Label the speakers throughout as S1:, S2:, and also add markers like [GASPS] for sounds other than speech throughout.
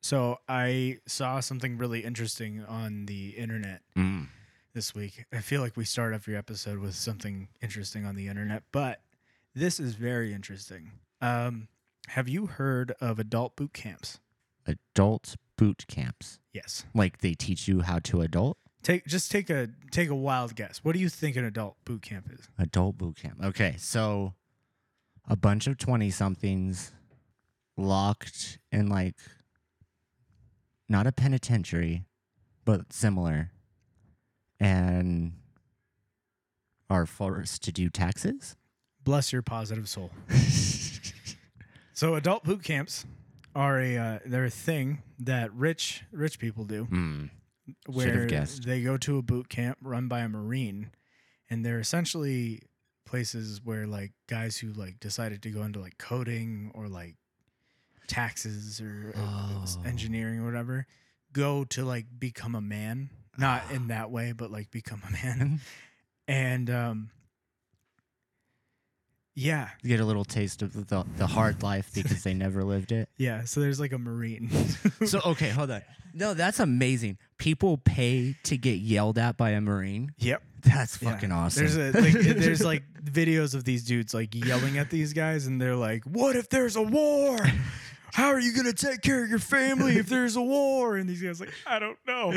S1: So I saw something really interesting on the internet
S2: Mm.
S1: this week. I feel like we start every episode with something interesting on the internet, but this is very interesting. Um, have you heard of adult boot camps?
S2: Adult boot camps.
S1: Yes.
S2: Like they teach you how to adult?
S1: Take just take a take a wild guess. What do you think an adult boot camp is?
S2: Adult boot camp. Okay, so a bunch of 20 somethings locked in like not a penitentiary, but similar, and are forced to do taxes?
S1: Bless your positive soul. So adult boot camps are a uh, they're a thing that rich rich people do.
S2: [LAUGHS] mm. Should've
S1: where
S2: guessed.
S1: they go to a boot camp run by a marine and they're essentially places where like guys who like decided to go into like coding or like taxes or uh, s-
S2: Oh.
S1: engineering or whatever go to like become a man not
S2: Ah.
S1: in that way but like become a
S2: [LAUGHS]
S1: man and um yeah
S2: Get a little taste of the, the hard life because they never lived it.
S1: yeah so there's like a marine
S2: So okay, hold on. No, that's amazing. People pay to get yelled at by a marine.
S1: [LAUGHS] yep
S2: That's
S1: Yeah.
S2: fucking awesome.
S1: There's a
S2: [LAUGHS]
S1: like, there's like videos of these dudes like yelling at these guys, and they're like, "What if there's a war? How are you gonna take care of your family if there's a war?" And these guys like, "I don't
S2: [LAUGHS]
S1: know,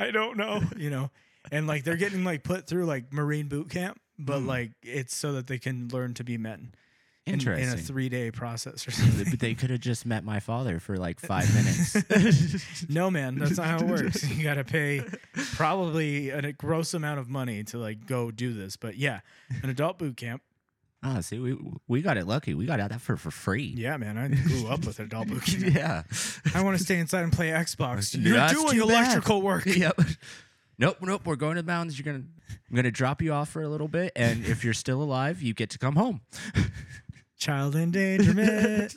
S1: I don't know," you know, and like they're getting like put through like Marine boot camp,
S2: Hmm.
S1: but like it's so that they can learn to be men. in-
S2: interesting.
S1: In, a three day process or something.
S2: but [LAUGHS] they could have just met my father for like five [LAUGHS] minutes.
S1: [LAUGHS] No, man, that's not how it
S2: [LAUGHS]
S1: works. You got to pay probably a gross amount of money to like go do this. But yeah, an adult boot camp
S2: Ah, see, we we got it lucky. We got out that for for free.
S1: Yeah, man,
S2: [LAUGHS]
S1: I grew up with adult boot camp.
S2: Yeah.
S1: I want to stay inside and play Xbox.
S2: Dude,
S1: You're
S2: that's
S1: doing
S2: too bad.
S1: electrical work. [LAUGHS]
S2: yep. Nope, nope. We're going to the mountains. You're gonna I'm gonna drop you off for a little bit, and if you're still alive, you get to come home.
S1: Child
S2: [LAUGHS]
S1: endangerment.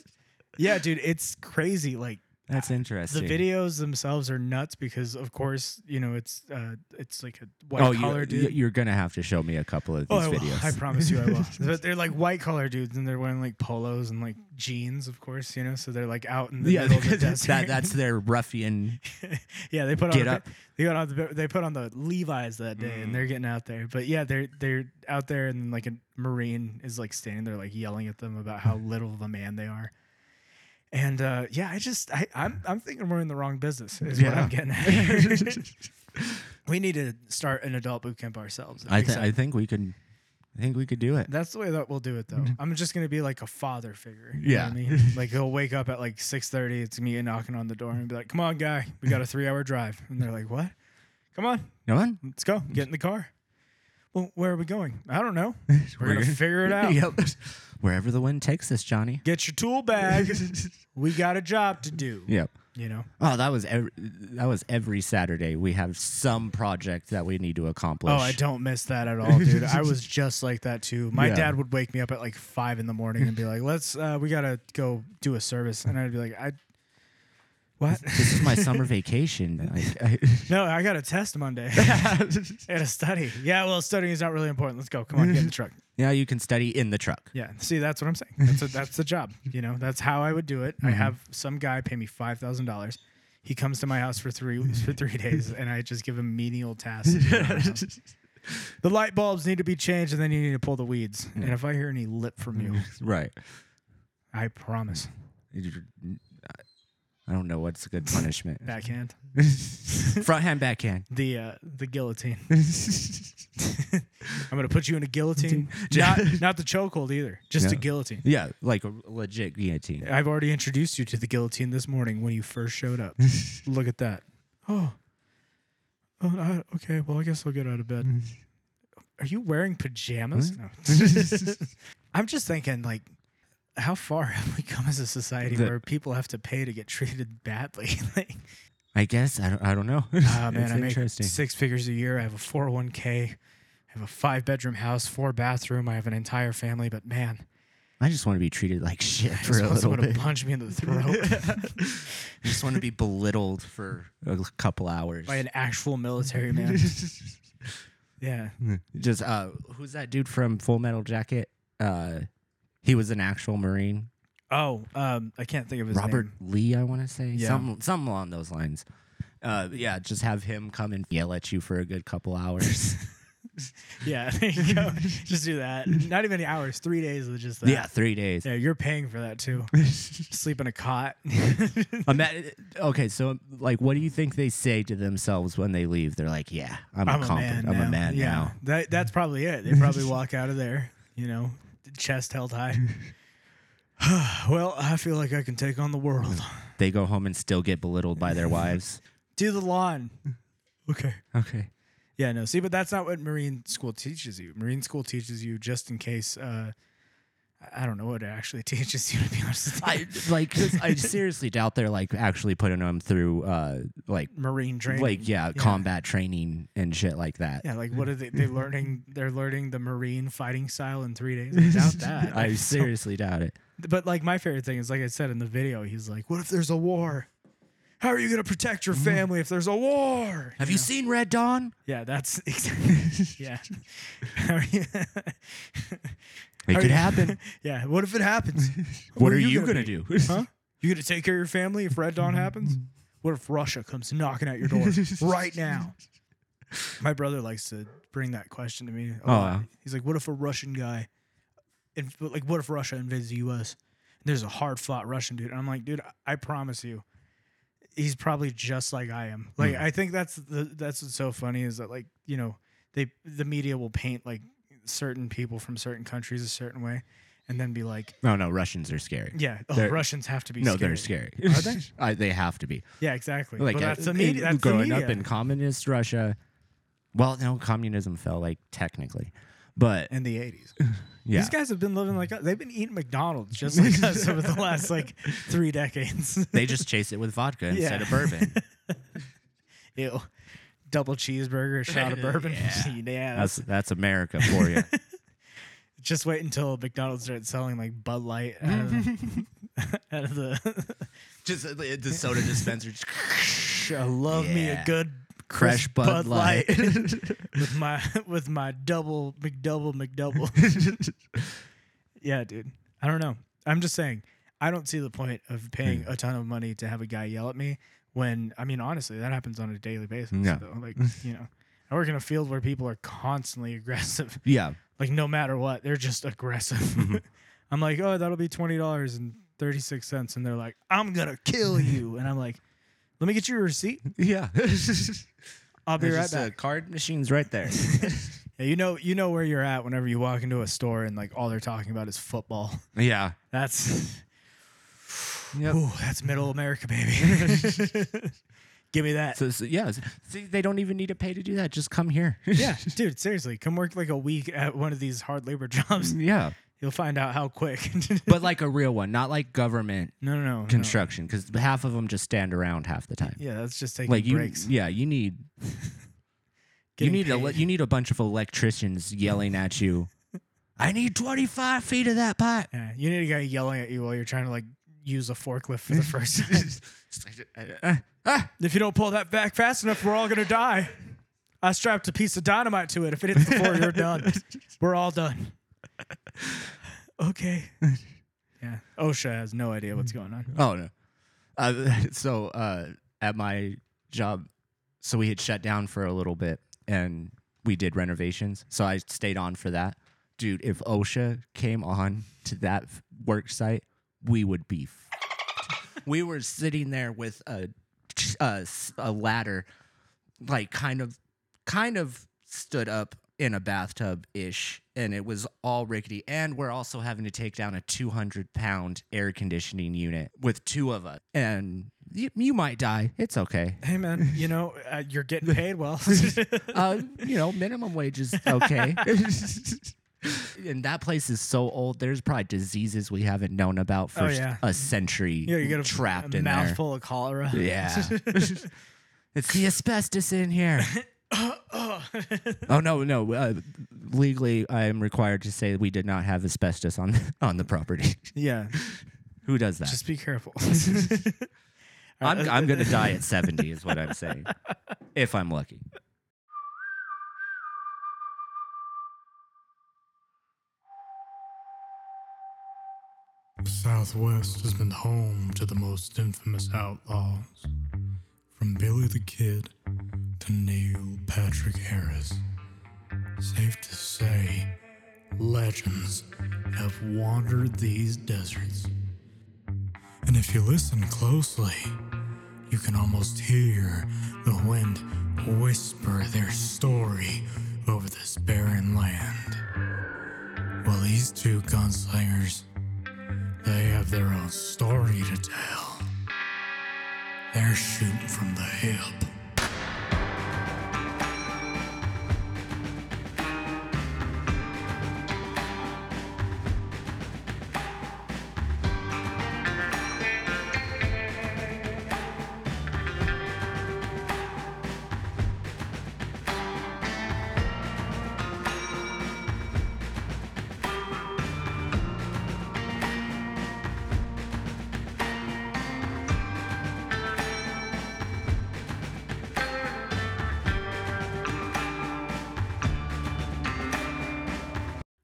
S1: yeah, dude, it's crazy. Like
S2: That's
S1: the
S2: interesting.
S1: videos themselves are nuts because, of course, you know it's uh, it's like a white
S2: Oh,
S1: collar
S2: you,
S1: dude.
S2: you- you're gonna have to show me a couple of these
S1: Oh, I, will.
S2: videos.
S1: I promise you, I
S2: [LAUGHS]
S1: will. But they're like white collar dudes, and they're wearing like polos and like jeans, of course, you know. So they're like out in the
S2: yeah,
S1: middle of the
S2: that's,
S1: desert.
S2: [LAUGHS] that, that's their
S1: [LAUGHS]
S2: ruffian.
S1: yeah, they put on
S2: Get
S1: the,
S2: up. Mm-hmm.
S1: They got on the they put on the Levi's that day, and they're getting out there. But yeah, they're they're out there, and like a Marine is like standing there, like yelling at them about how little of a man they are. And uh, yeah, I just I, I'm I'm thinking we're in the wrong business. Is what I'm getting at. [LAUGHS] here.
S2: [LAUGHS]
S1: we need to start an adult boot camp ourselves.
S2: I, th- I think we could, I think we could do it.
S1: That's the way that we'll do it,
S2: [LAUGHS]
S1: though. I'm just gonna be like a father figure. you know
S2: Yeah.
S1: what I mean,
S2: [LAUGHS]
S1: like he'll wake up at like 6:30. It's me knocking on the door and be like, "Come on, guy, we
S2: [LAUGHS]
S1: got a three-hour drive." And they're like, "What? Come on,
S2: No one.
S1: let's go. Get in the car." Well, where are we going? I don't
S2: [LAUGHS]
S1: know. We're
S2: We're
S1: gonna
S2: gonna-
S1: figure it out.
S2: [LAUGHS] yep. Wherever the wind takes us, Johnny.
S1: Get your tool
S2: [LAUGHS]
S1: bag. we got a job to do.
S2: Yep.
S1: You know.
S2: Oh, that was every, that was every Saturday. We have some project that we need to accomplish.
S1: Oh, I don't miss that at all, dude. I
S2: [LAUGHS]
S1: was just like that too. My
S2: Yeah.
S1: dad would wake me up at like five in the morning and be like, "Let's, uh, we gotta go do a service," and I'd be like, "I." What?
S2: This is
S1: [LAUGHS]
S2: my summer vacation. I, [LAUGHS]
S1: No, I got a test Monday.
S2: I,
S1: I got a study. Yeah, well, studying is not really important. Let's go. Come on, get in the truck.
S2: now you can study in the truck.
S1: Yeah. See, that's what I'm saying. That's a, that's the job. You know, that's how I would do it. I have some guy pay me five thousand dollars. He comes to my house for three for three days, and I just give him menial tasks. the light bulbs need to be changed, and then you need to pull the weeds. And if I hear any lip from you,
S2: Right.
S1: I promise
S2: I don't know what's a
S1: [LAUGHS]
S2: good punishment.
S1: backhand
S2: Front hand, backhand.
S1: the uh, the
S2: [LAUGHS]
S1: guillotine. I'm gonna put you in a
S2: [LAUGHS]
S1: guillotine, not not the chokehold either, just a
S2: Yeah.
S1: guillotine.
S2: Yeah, like a legit guillotine.
S1: I've already introduced you to the guillotine this morning when you first showed
S2: [LAUGHS]
S1: up. Look at that. Oh. Oh, I, okay. Well, I guess I'll get out of
S2: [LAUGHS]
S1: bed. Are you wearing pajamas? No. [LAUGHS] I'm just thinking, like, how far [LAUGHS] have we come as a society
S2: The-
S1: where people have to pay to get treated badly? [LAUGHS] like,
S2: I guess I don't. I don't know.
S1: ah, man,
S2: [LAUGHS] It's
S1: I make
S2: interesting.
S1: six figures a year. I have a 401k. I have a five bedroom house, four bathroom. I have an entire family, but man,
S2: I just want to be
S1: [LAUGHS]
S2: treated like shit
S1: I
S2: for
S1: just
S2: a
S1: want
S2: little
S1: someone to
S2: bit.
S1: punch me in the throat.
S2: [LAUGHS]
S1: [LAUGHS]
S2: I just want to be belittled for a couple hours.
S1: by an actual military man. yeah.
S2: Just uh, who's that dude from Full Metal Jacket? Uh, he was an actual Marine.
S1: Oh, um, I can't think of his
S2: Robert
S1: name.
S2: Lee, I want to say,
S1: Yeah.
S2: something, something along those lines. Uh, yeah, just have him come and yell at you for a good couple
S1: [LAUGHS]
S2: hours. [LAUGHS]
S1: Yeah, [LAUGHS] there you go. just do that. Not even any hours. Three days of just that.
S2: yeah, three days.
S1: Yeah, you're paying for that
S2: [LAUGHS]
S1: too. Sleep in a cot. [LAUGHS]
S2: Ima- okay, so like, what do you think they say to themselves when they leave? They're like, "Yeah, I'm,
S1: I'm a
S2: accomplished.
S1: man.
S2: I'm
S1: now.
S2: a man
S1: yeah,
S2: now."
S1: That that's probably it. They probably walk out of there, you know, chest held high. [SIGHS] well, I feel like I can take on the world.
S2: They go home and still get belittled
S1: [LAUGHS]
S2: by their wives.
S1: Do the lawn. Okay.
S2: Okay.
S1: Yeah, no. See, but that's not what Marine school teaches you. Marine school teaches you just in case. Uh, I- I don't know what it actually [LAUGHS] teaches you. To be honest, with you.
S2: I like
S1: [LAUGHS]
S2: 'cause I seriously doubt they're like actually putting them through uh like
S1: Marine training.
S2: like yeah, combat training and shit like that.
S1: Yeah, like what are they? They're learning. They're learning the Marine fighting style in three
S2: [LAUGHS]
S1: days. I doubt that.
S2: I seriously doubt it.
S1: But like my favorite thing is like I said in the video, he's like, "What if there's a war? How are you gonna protect your family if there's a war?"
S2: Mm-hmm. Have you seen Red Dawn?
S1: Yeah, that's [LAUGHS]
S2: [LAUGHS]
S1: exactly. yeah. How are you- [LAUGHS]
S2: It
S1: Are
S2: could
S1: you-
S2: happen.
S1: [LAUGHS] yeah. What if it happens?
S2: What are you gonna
S1: be?
S2: do? [LAUGHS]
S1: Huh? You gonna take care of your family if Red Dawn happens? What if Russia comes knocking at your door right now? My brother likes to bring that question to me. a
S2: Oh,
S1: lot.
S2: wow.
S1: He's like, "What if a Russian guy, inv- like, what if Russia invades the U.S. and there's a hard fought Russian dude?" And I'm like, "Dude, I, I promise you, he's probably just like I am."
S2: Hmm.
S1: Like, I think that's the that's what's so funny is that like you know they the media will paint like certain people from certain countries a certain way, and then be like,
S2: [LAUGHS] No, no, Russians are scary.
S1: "Yeah, oh,
S2: They're-
S1: Russians have to be
S2: No,
S1: scary.
S2: they're scary.
S1: [LAUGHS] Are they?
S2: I, they have to be.
S1: Yeah, exactly.
S2: Like
S1: but
S2: uh,
S1: that's the
S2: uh,
S1: media. That's the
S2: growing
S1: media.
S2: up in communist Russia. Well, no, communism fell like technically, but
S1: in the eighties.
S2: yeah,
S1: These guys [LAUGHS] have been living like us. They've been eating McDonald's just like us over the last
S2: [LAUGHS]
S1: like three decades. [LAUGHS]
S2: they just chase it with vodka instead of bourbon.
S1: Ew. Double cheeseburger, a shot of bourbon.
S2: [LAUGHS]
S1: [LAUGHS]
S2: Yeah.
S1: Yeah.
S2: That's that's America for
S1: [LAUGHS]
S2: you.
S1: just wait until McDonald's starts selling like Bud Light out of
S2: [LAUGHS]
S1: the. [LAUGHS] out of the [LAUGHS]
S2: just uh, the soda dispenser. Just
S1: I love me a
S2: Yeah.
S1: good
S2: Fresh
S1: crisp
S2: Bud Light.
S1: [LAUGHS] with my [LAUGHS] with my double McDouble McDouble. yeah, dude. I don't know. I'm just saying. I don't see the point of paying a ton of money to have a guy yell at me when I mean honestly that happens on a daily basis.
S2: Yeah.
S1: though. Like you know, I work in a field where people are constantly aggressive.
S2: [LAUGHS]
S1: [LAUGHS]
S2: yeah,
S1: Like no matter what, they're just aggressive. [LAUGHS] I'm like, oh, that'll be twenty dollars and thirty six cents, and they're like, I'm gonna kill you, and I'm like, let me get you a receipt.
S2: [LAUGHS] yeah.
S1: I'll be right back.
S2: card machines right
S1: [LAUGHS]
S2: there.
S1: Yeah, you know, you know where you're at whenever you walk into a store and like all they're talking about is football. [LAUGHS]
S2: yeah.
S1: That's
S2: [SIGHS] Yep.
S1: ooh, that's middle America,
S2: [LAUGHS]
S1: baby. [LAUGHS] Give me that.
S2: So, so yeah, s- see, they don't even need to pay to do that. Just come here.
S1: [LAUGHS] yeah, dude, seriously, come work like a week at one of these hard labor [LAUGHS] jobs.
S2: [LAUGHS] yeah,
S1: You'll find out how quick. [LAUGHS]
S2: but like a real one, not like government
S1: no, no, no, no.
S2: construction, because half of them just stand around half the time.
S1: Yeah, that's just taking
S2: like you,
S1: breaks.
S2: yeah,
S1: [LAUGHS]
S2: you need you
S1: Getting
S2: need a,
S1: paid.
S2: you need a bunch of electricians yelling at you. I need twenty five feet of
S1: [LAUGHS]
S2: that pipe.
S1: yeah, you need a guy yelling at you while you're trying to like use a forklift for the
S2: [LAUGHS]
S1: first time.
S2: uh,
S1: if you don't pull that back fast enough, we're all gonna die. I strapped a piece of dynamite to it. If it hits the floor, you're [LAUGHS] done. We're all done. Okay. Yeah. OSHA has no idea what's going on.
S2: Oh no. Uh, [LAUGHS] so uh, at my job, so we had shut down for a little bit, and we did renovations. So I stayed on for that, dude. If OSHA came on to that f- work site, we would be. f- we were sitting there with a, a s- a ladder, like kind of, kind of stood up in a bathtub ish, and it was all rickety. And we're also having to take down a 200 pound air conditioning unit with two of us, and you, you might die. It's okay.
S1: Hey man, you know uh, you're getting paid [LAUGHS] well.
S2: Uh, you know, minimum wage is
S1: [LAUGHS]
S2: okay. [LAUGHS] And that place is so old. There's probably diseases we haven't known about for
S1: Oh, yeah.
S2: a century.
S1: you know, you get a,
S2: trapped
S1: a
S2: in there.
S1: mouthful of cholera.
S2: Yeah.
S1: [LAUGHS]
S2: it's the asbestos in here.
S1: Oh.
S2: Oh no, no. Uh, legally, I am required to say we did not have asbestos on [LAUGHS] on the property.
S1: yeah.
S2: Who does that?
S1: Just be careful. [LAUGHS]
S2: [LAUGHS] I'm
S1: uh,
S2: I'm gonna die at 70, is what I'm [LAUGHS] saying, if I'm lucky.
S3: The Southwest has been home to the most infamous outlaws, from Billy the Kid to Neil Patrick Harris. Safe to say, legends have wandered these deserts. And if you listen closely, you can almost hear the wind whisper their story over this barren land. Well, these two gunslingers, they have their own story to tell. They're shooting from the hip.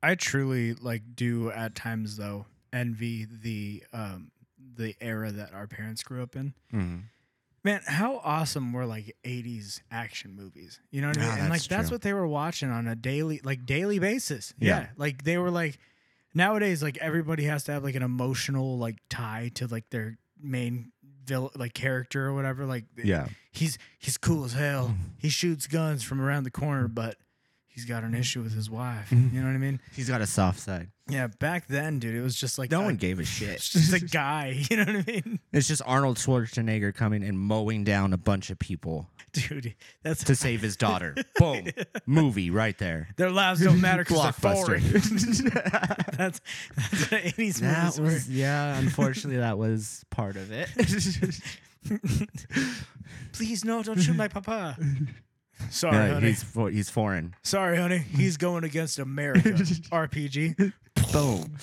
S1: I truly like do at times though envy the um the era that our parents grew up in.
S2: Mhm.
S1: Man, how awesome were like 80s action movies. You know what I mean?
S2: Ah,
S1: and like
S2: that's
S1: that's
S2: true.
S1: what they were watching on a daily like daily basis.
S2: Yeah.
S1: yeah. Like they were like nowadays like everybody has to have like an emotional like tie to like their main villain like character or whatever like
S2: Yeah. Mm.
S1: he's he's cool as hell. He shoots guns from around the corner, but he's got an issue with his wife.
S2: Mm-hmm.
S1: You know what I mean?
S2: He's got a soft side.
S1: Yeah, back then, dude, it was just like
S2: No
S1: a-
S2: one
S1: [LAUGHS]
S2: gave a
S1: It's
S2: shit.
S1: just a guy. [LAUGHS] You know what I mean,
S2: It's just Arnold Schwarzenegger coming and mowing down a bunch of people
S1: dude? That's
S2: to save his [LAUGHS] daughter. Boom. Movie right there.
S1: their lives don't matter because they're foreign.
S2: [LAUGHS] Blockbuster.
S1: That's that's the eighties
S2: [LAUGHS] that
S1: movies.
S2: was yeah, unfortunately that was part of it.
S1: were- [LAUGHS] Please no, don't shoot my papa. Sorry,
S2: [LAUGHS] No,
S1: honey.
S2: he's for, he's foreign.
S1: Sorry, honey. He's going against America.
S2: [LAUGHS]
S1: RPG.
S2: Boom.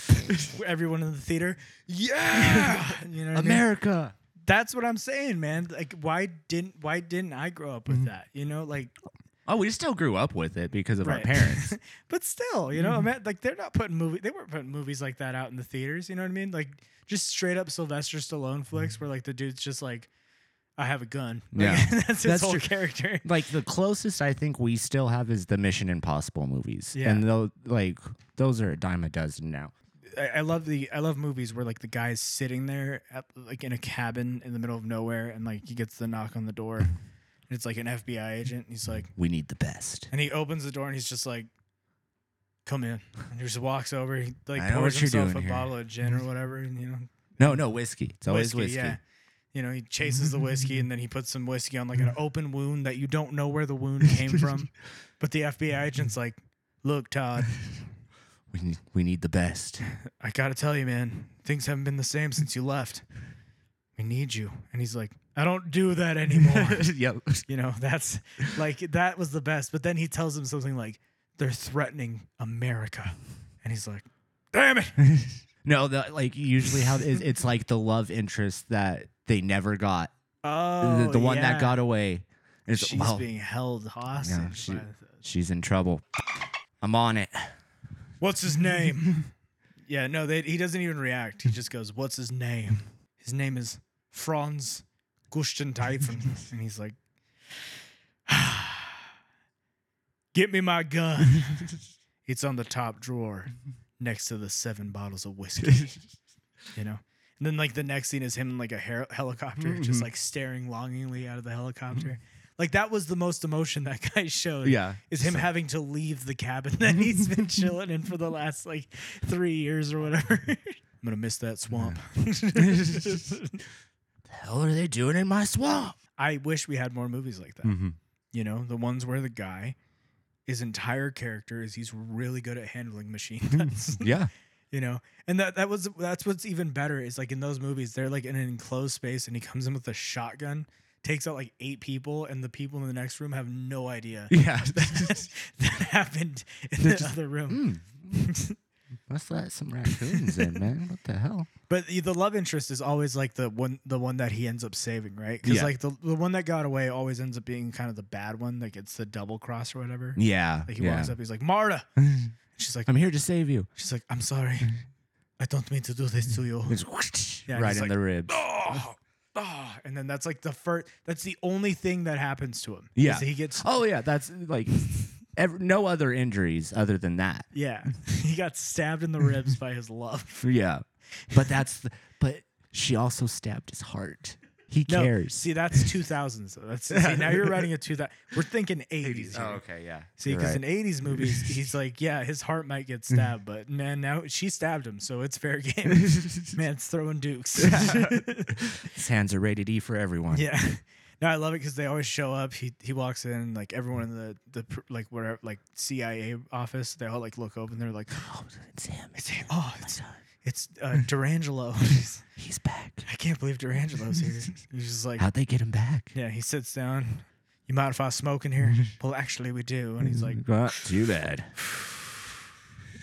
S1: Everyone in the theater.
S2: [LAUGHS]
S1: Yeah, you know what I mean?
S2: America.
S1: That's what I'm saying, man. Like, why didn't why didn't I grow up
S2: Mm-hmm.
S1: with that? You know, like
S2: Oh, we still grew up with it because of our
S1: Right.
S2: parents.
S1: [LAUGHS] But still, you know, I mean, like they're not putting movie they weren't putting movies like that out in the theaters. You know what I mean? Like just straight up Sylvester Stallone flicks where like the dude's just like, I have a gun. [LAUGHS] Like,
S2: Yeah.
S1: that's his
S2: That's
S1: whole
S2: true.
S1: character.
S2: like the closest I think we still have is the Mission Impossible movies.
S1: Yeah.
S2: And though like those are a dime a dozen now.
S1: I, I love the I love movies where like the guy's sitting there at, like in a cabin in the middle of nowhere and like he gets the knock on the door and it's like an FBI agent and he's like
S2: We need the best.
S1: and he opens the door and he's just like Come in. And he just walks over. He like
S2: I know
S1: pours
S2: what you're
S1: himself a
S2: doing here.
S1: bottle of gin or whatever, and you know
S2: No, no, whiskey. It's always whiskey.
S1: You know, he chases the whiskey and then he puts some whiskey on like an open wound that you don't know where the wound came
S2: [LAUGHS]
S1: from. But the FBI agent's like, Look, Todd,
S2: We need we need
S1: [LAUGHS]
S2: the best. [LAUGHS]
S1: I gotta tell you, man, things haven't been the same since you left. We need you. And he's like, I don't do that
S2: [LAUGHS]
S1: anymore.
S2: yep.
S1: you know, that's like that was the best. But then he tells him something like, They're threatening America. And he's like, Damn it.
S2: No, [LAUGHS] the, like usually how it's, it's like the love interest that they never got,
S1: Oh,
S2: the, the one
S1: yeah.
S2: that got away. It's,
S1: She's
S2: well,
S1: being held hostage.
S2: she-
S1: by the-
S2: she's in trouble. I'm on it.
S1: What's his name? [LAUGHS] yeah, no, they, he doesn't even react. He just goes, "What's his name?" His name is Franz Gusten [LAUGHS] Typhon, and he's like, [SIGHS] "Get me my [LAUGHS] gun. It's on the top drawer, next to the seven bottles of [LAUGHS] whiskey." you know. And then like the next scene is him in like a her- helicopter, just like staring longingly out of the helicopter. Like that was the most emotion that guy showed
S2: Yeah.
S1: is him having to leave the cabin [LAUGHS] that he's been chilling in for the last like three years or whatever. I'm gonna miss that swamp. [LAUGHS]
S2: hell are they doing in my swamp?
S1: I wish we had more movies like that.
S2: Mhm.
S1: You know, the ones where the guy, his entire character is he's really good at handling [LAUGHS] machine guns.
S2: Yeah.
S1: you know, and that that was that's what's even better is like in those movies they're like in an enclosed space and he comes in with a shotgun, takes out like eight people, and the people in the next room have no idea.
S2: Yeah.
S1: [LAUGHS] that happened in the other room.
S2: Let's Hmm. let some raccoons in, man. What the hell?
S1: But the the love interest is always like the one, the one that he ends up saving, right? Because
S2: Yeah.
S1: like the the one that got away always ends up being kind of the bad one that gets the double cross or whatever.
S2: Yeah.
S1: Like he
S2: yeah. [LAUGHS]
S1: walks up, he's like Marta. She's like,
S2: I'm here to save you.
S1: she's like, I'm sorry. I don't mean to do this to you.
S2: It's [LAUGHS]
S1: Yeah,
S2: right
S1: he's
S2: in
S1: like,
S2: the ribs.
S1: [LAUGHS] "Ah, ah," and then that's like the first. That's the only thing that happens to him. is
S2: Yeah.
S1: he gets.
S2: Oh yeah, that's
S1: [LAUGHS]
S2: like ev no other injuries other than that.
S1: Yeah, [LAUGHS] he got stabbed in the ribs by his love.
S2: Yeah, but that's the, but she also stabbed his heart. He
S1: No,
S2: cares.
S1: see that's two thousands. Though. That's see, now you're writing a two thousand. We're thinking eighties.
S2: Oh, okay, yeah.
S1: See, because in '80s
S2: [LAUGHS]
S1: movies, he's like, yeah, his heart might get stabbed, but man, now she stabbed him, so it's fair
S2: [LAUGHS]
S1: game. man, it's throwing dukes.
S2: his hands are rated E for everyone.
S1: [LAUGHS] yeah. No, I love it because they always show up. He he walks in, like everyone in the the pr- like whatever like CIA office, they all like look up and they're like,
S2: Oh, it's him. [GASPS] It's him.
S1: oh, it's it's uh,
S2: [LAUGHS]
S1: Durangelo.
S2: He's back.
S1: I can't believe Durangelo's here. He's just like,
S2: How'd they get him back?
S1: yeah. He sits down. You mind if I smoke in
S2: [LAUGHS]
S1: here? well, actually, we do. And he's like,
S2: Not too bad.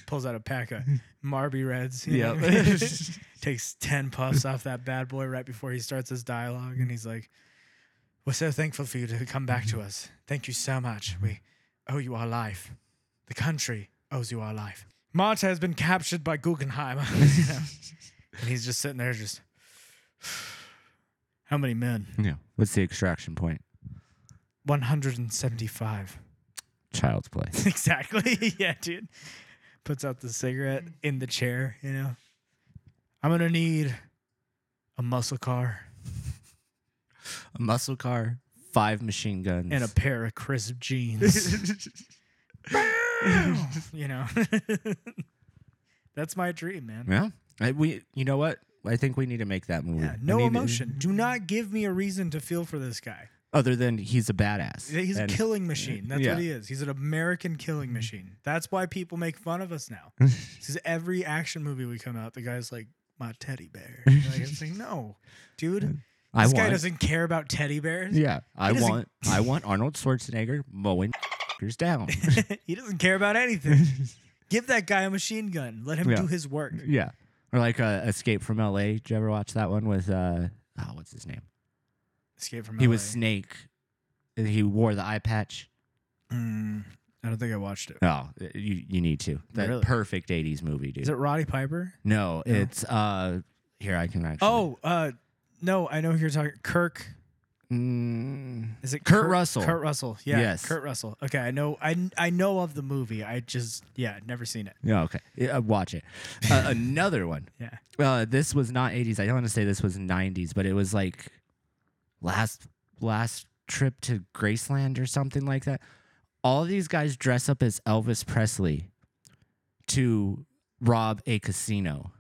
S1: pulls out a pack of Marby Reds. you
S2: Yep.
S1: know? [LAUGHS] Takes 10 puffs off that bad boy right before he starts his dialogue. And he's like, We're so thankful for you to come back to us. Thank you so much. We owe you our life. The country owes you our life. Marta has been captured by Guggenheim. [LAUGHS] you know? And he's just sitting there, just, [SIGHS] How many men?
S2: Yeah. What's the extraction point?
S1: 175. [LAUGHS]
S2: Child's play.
S1: exactly. [LAUGHS] yeah, dude. Puts out the cigarette in the chair, you know. I'm gonna need a muscle car
S2: A muscle car, five machine guns,
S1: and a pair of crisp jeans. [LAUGHS] you know. [LAUGHS] That's my dream, man.
S2: yeah. I- we. You know what? I think we need to make that movie.
S1: Yeah,
S2: We
S1: no
S2: need to-
S1: emotion. Do not give me a reason to feel for this guy.
S2: other than he's a badass.
S1: He's
S2: And-
S1: a killing machine. That's
S2: yeah. Mm-hmm.
S1: what he is. He's an American killing machine. That's why people make fun of us
S2: [LAUGHS]
S1: now. Because every action movie we come out, the guy's like, my teddy
S2: [LAUGHS]
S1: bear. Like, it's like, no, dude.
S2: I
S1: This
S2: want.
S1: guy doesn't care about teddy bears.
S2: yeah, I
S1: doesn't-
S2: want. I want Arnold Schwarzenegger mowing [LAUGHS]
S1: [LAUGHS]
S2: down.
S1: [LAUGHS] he doesn't care about
S2: [LAUGHS]
S1: anything. Give that guy a machine gun. Let him
S2: Yeah.
S1: do his work.
S2: yeah, or like uh, Escape from L.A. Did you ever watch that one with? uh Oh, what's his name?
S1: Escape from
S2: He was
S1: LA.
S2: Snake. and He wore the eye patch.
S1: Mm, I don't think I watched it.
S2: Oh, you you need to. That
S1: Really?
S2: perfect '80s movie, dude.
S1: Is it Roddy Piper?
S2: no,
S1: No.
S2: it's uh here I can actually.
S1: Oh, uh, no, I know who you're talking. Kirk.
S2: Mm,
S1: Is it
S2: Kurt Russell.
S1: Kurt Russell. Yeah.
S2: Yes.
S1: Kurt Russell. Okay, I know. I I know of the movie. I just yeah, never seen it.
S2: yeah, okay. Yeah, uh, watch it. Uh,
S1: [LAUGHS]
S2: another one.
S1: Yeah.
S2: uh, this was not 80s. I don't want to say this was 90s, but it was like last last trip to Graceland or something like that. All these guys dress up as Elvis Presley to rob a casino.